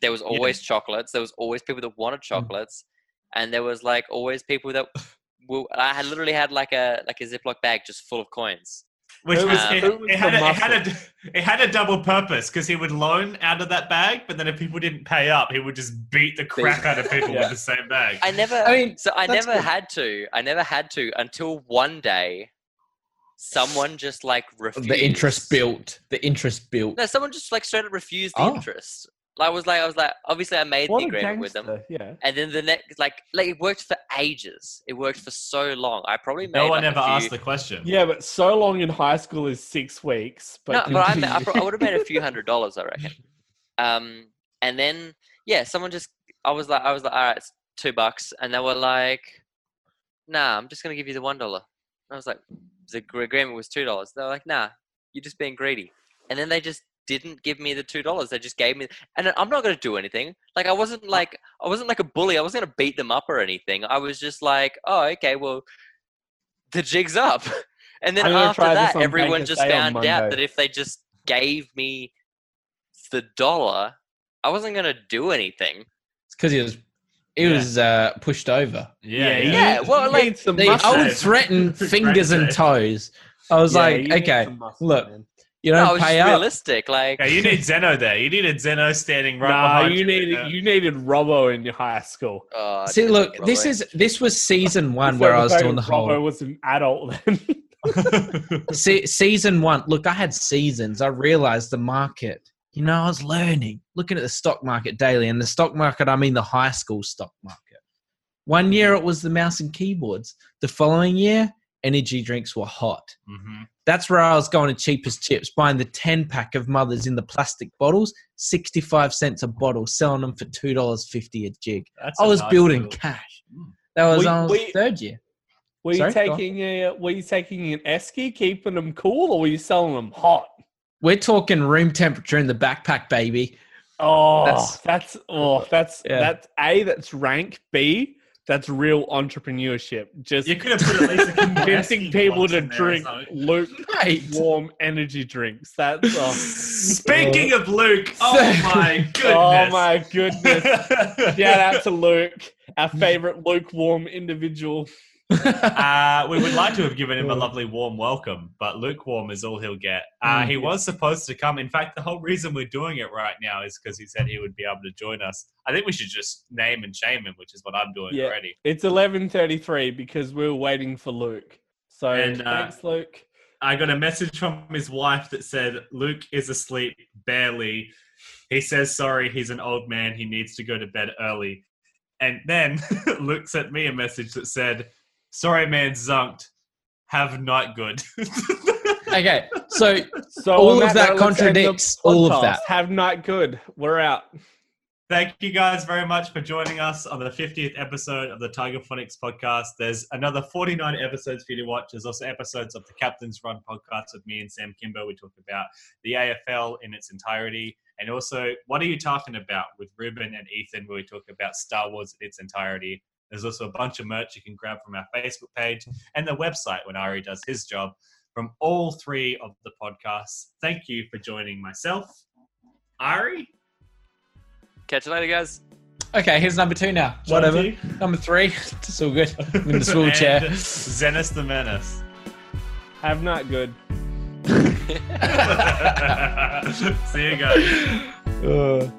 there was always chocolates, there was always people that wanted chocolates and there was like always people that will I had literally had like a like a Ziploc bag just full of coins.
Which
Who
was,
was-
it,
who was
it had
the
a, it had a it had a double purpose because he would loan out of that bag, but then if people didn't pay up, he would just beat the crap out of people
Yeah.
with the same bag.
I never
I mean,
So I
That's
never
good.
had to. I never had to until one day, someone just like refused
the interest built. The interest built.
No, someone just like straight up refused the
Oh.
interest. Like, I was like, I was like, obviously I made
What
the
a
agreement with them,
gangster, Yeah.
and then the next, like, like it worked for ages. It worked for so long. I probably made.
no one
like, a
ever
few-
asked the question.
Yeah, but so long in high school is six weeks.
no, but
But
I, ma- I,
continue.
pro- I would have made a few hundred dollars, I reckon. Um, and then yeah, someone just I was like I was like, all right, it's two bucks, and they were like, nah, I'm just gonna give you the one dollar. I was like, the gr- agreement was two dollars. They were like, nah, you're just being greedy. And then they just didn't give me the two dollars. They just gave me, and I'm not gonna do anything. Like I wasn't like I wasn't like a bully. I wasn't gonna beat them up or anything. I was just like, oh, okay, well, the jig's up. And then
I'm gonna
after
try this
that,
on
everyone
Bank of
just
Day on
found out
Monday.
that if they just gave me the dollar, I wasn't gonna do anything.
It's because he was he
Yeah.
was uh, pushed over.
yeah,
you
yeah.
Yeah,
need-
well,
you
like,
need some
They, I
muscle.
would
Mustache.
threaten fingers and
Right.
toes. I was
Yeah, you
like,
need
okay,
some muscle,
look,
man.
You
No, I
don't
was just
pay up.
realistic. Like,
Okay, you need Zeno there. You needed Zeno standing right
nah,
behind
you needed you needed Robbo in your high school.
oh, I
See,
didn't
look,
think it
this
all
is this was season one
So
where
the
I was
fact
doing the
that Robbo
whole
was an adult then.
se- season one. Look, I had seasons. I realized the market. You know, I was learning, looking at the stock market daily, and the stock market. I mean, the high school stock market. One year it was the mouse and keyboards. The following year, energy drinks were hot.
hmm
That's where I was going to cheapest chips, buying the 10 pack of mothers in the plastic bottles, 65 cents a bottle, selling them for $2.50 a jig.
That's
I
a
was
nice
building
little-
cash. That was,
We-
I was
we-
third year.
Were you
Sorry, go on.
taking a were you taking an esky, keeping them cool, or were you selling them hot?
We're talking room temperature in the backpack, baby.
Oh,
That's-
that's, oh that's
Yeah.
that's a that's rank B. That's real entrepreneurship. Just
You could have put at least a
convincing
Kimoleski
people
once
to
in there or
drink
something.
Luke
Mate,
warm energy drinks. That's oh,
Speaking of Luke, oh my goodness.
oh my goodness! Shout
goodness.
out to Luke, our favorite lukewarm individual.
uh, we would like to have given him a lovely warm welcome, but lukewarm is all he'll get. Uh,
Mm.
he was supposed to come. In fact, the whole reason we're doing it right now is because he said he would be able to join us. I think we should just name and shame him, which is what I'm doing
Yeah.
already.
It's eleven thirty three because we were waiting for Luke. So
And, uh,
thanks, Luke.
I got a message from his wife that said, Luke is asleep, barely. He says, sorry, he's an old man. He needs to go to bed early. And then Luke sent me a message that said, sorry, man, zunked. Have night good.
okay, so
So
All
on
of that
note, let's end the
contradicts all of
podcast.
that.
Have not good. We're out.
Thank you guys very much for joining us on the 50th episode of the Tiger Phonics podcast. There's another 49 episodes for you to watch. There's also episodes of the Captain's Run podcast with me and Sam Kimber. We talk about the AFL in its entirety. And also, what are you talking about with Ruben and Ethan, where we talk about Star Wars in its entirety. There's also a bunch of merch you can grab from our Facebook page and the website when Ari does his job from all three of the podcasts. Thank you for joining myself, Ari.
Catch you later, guys.
okay, here's number two now. Whatever.
Jonty,
Number three, it's all good. I'm in the swivel
and
chair.
Zenus the Menace.
Have not good.
See you guys.
Uh.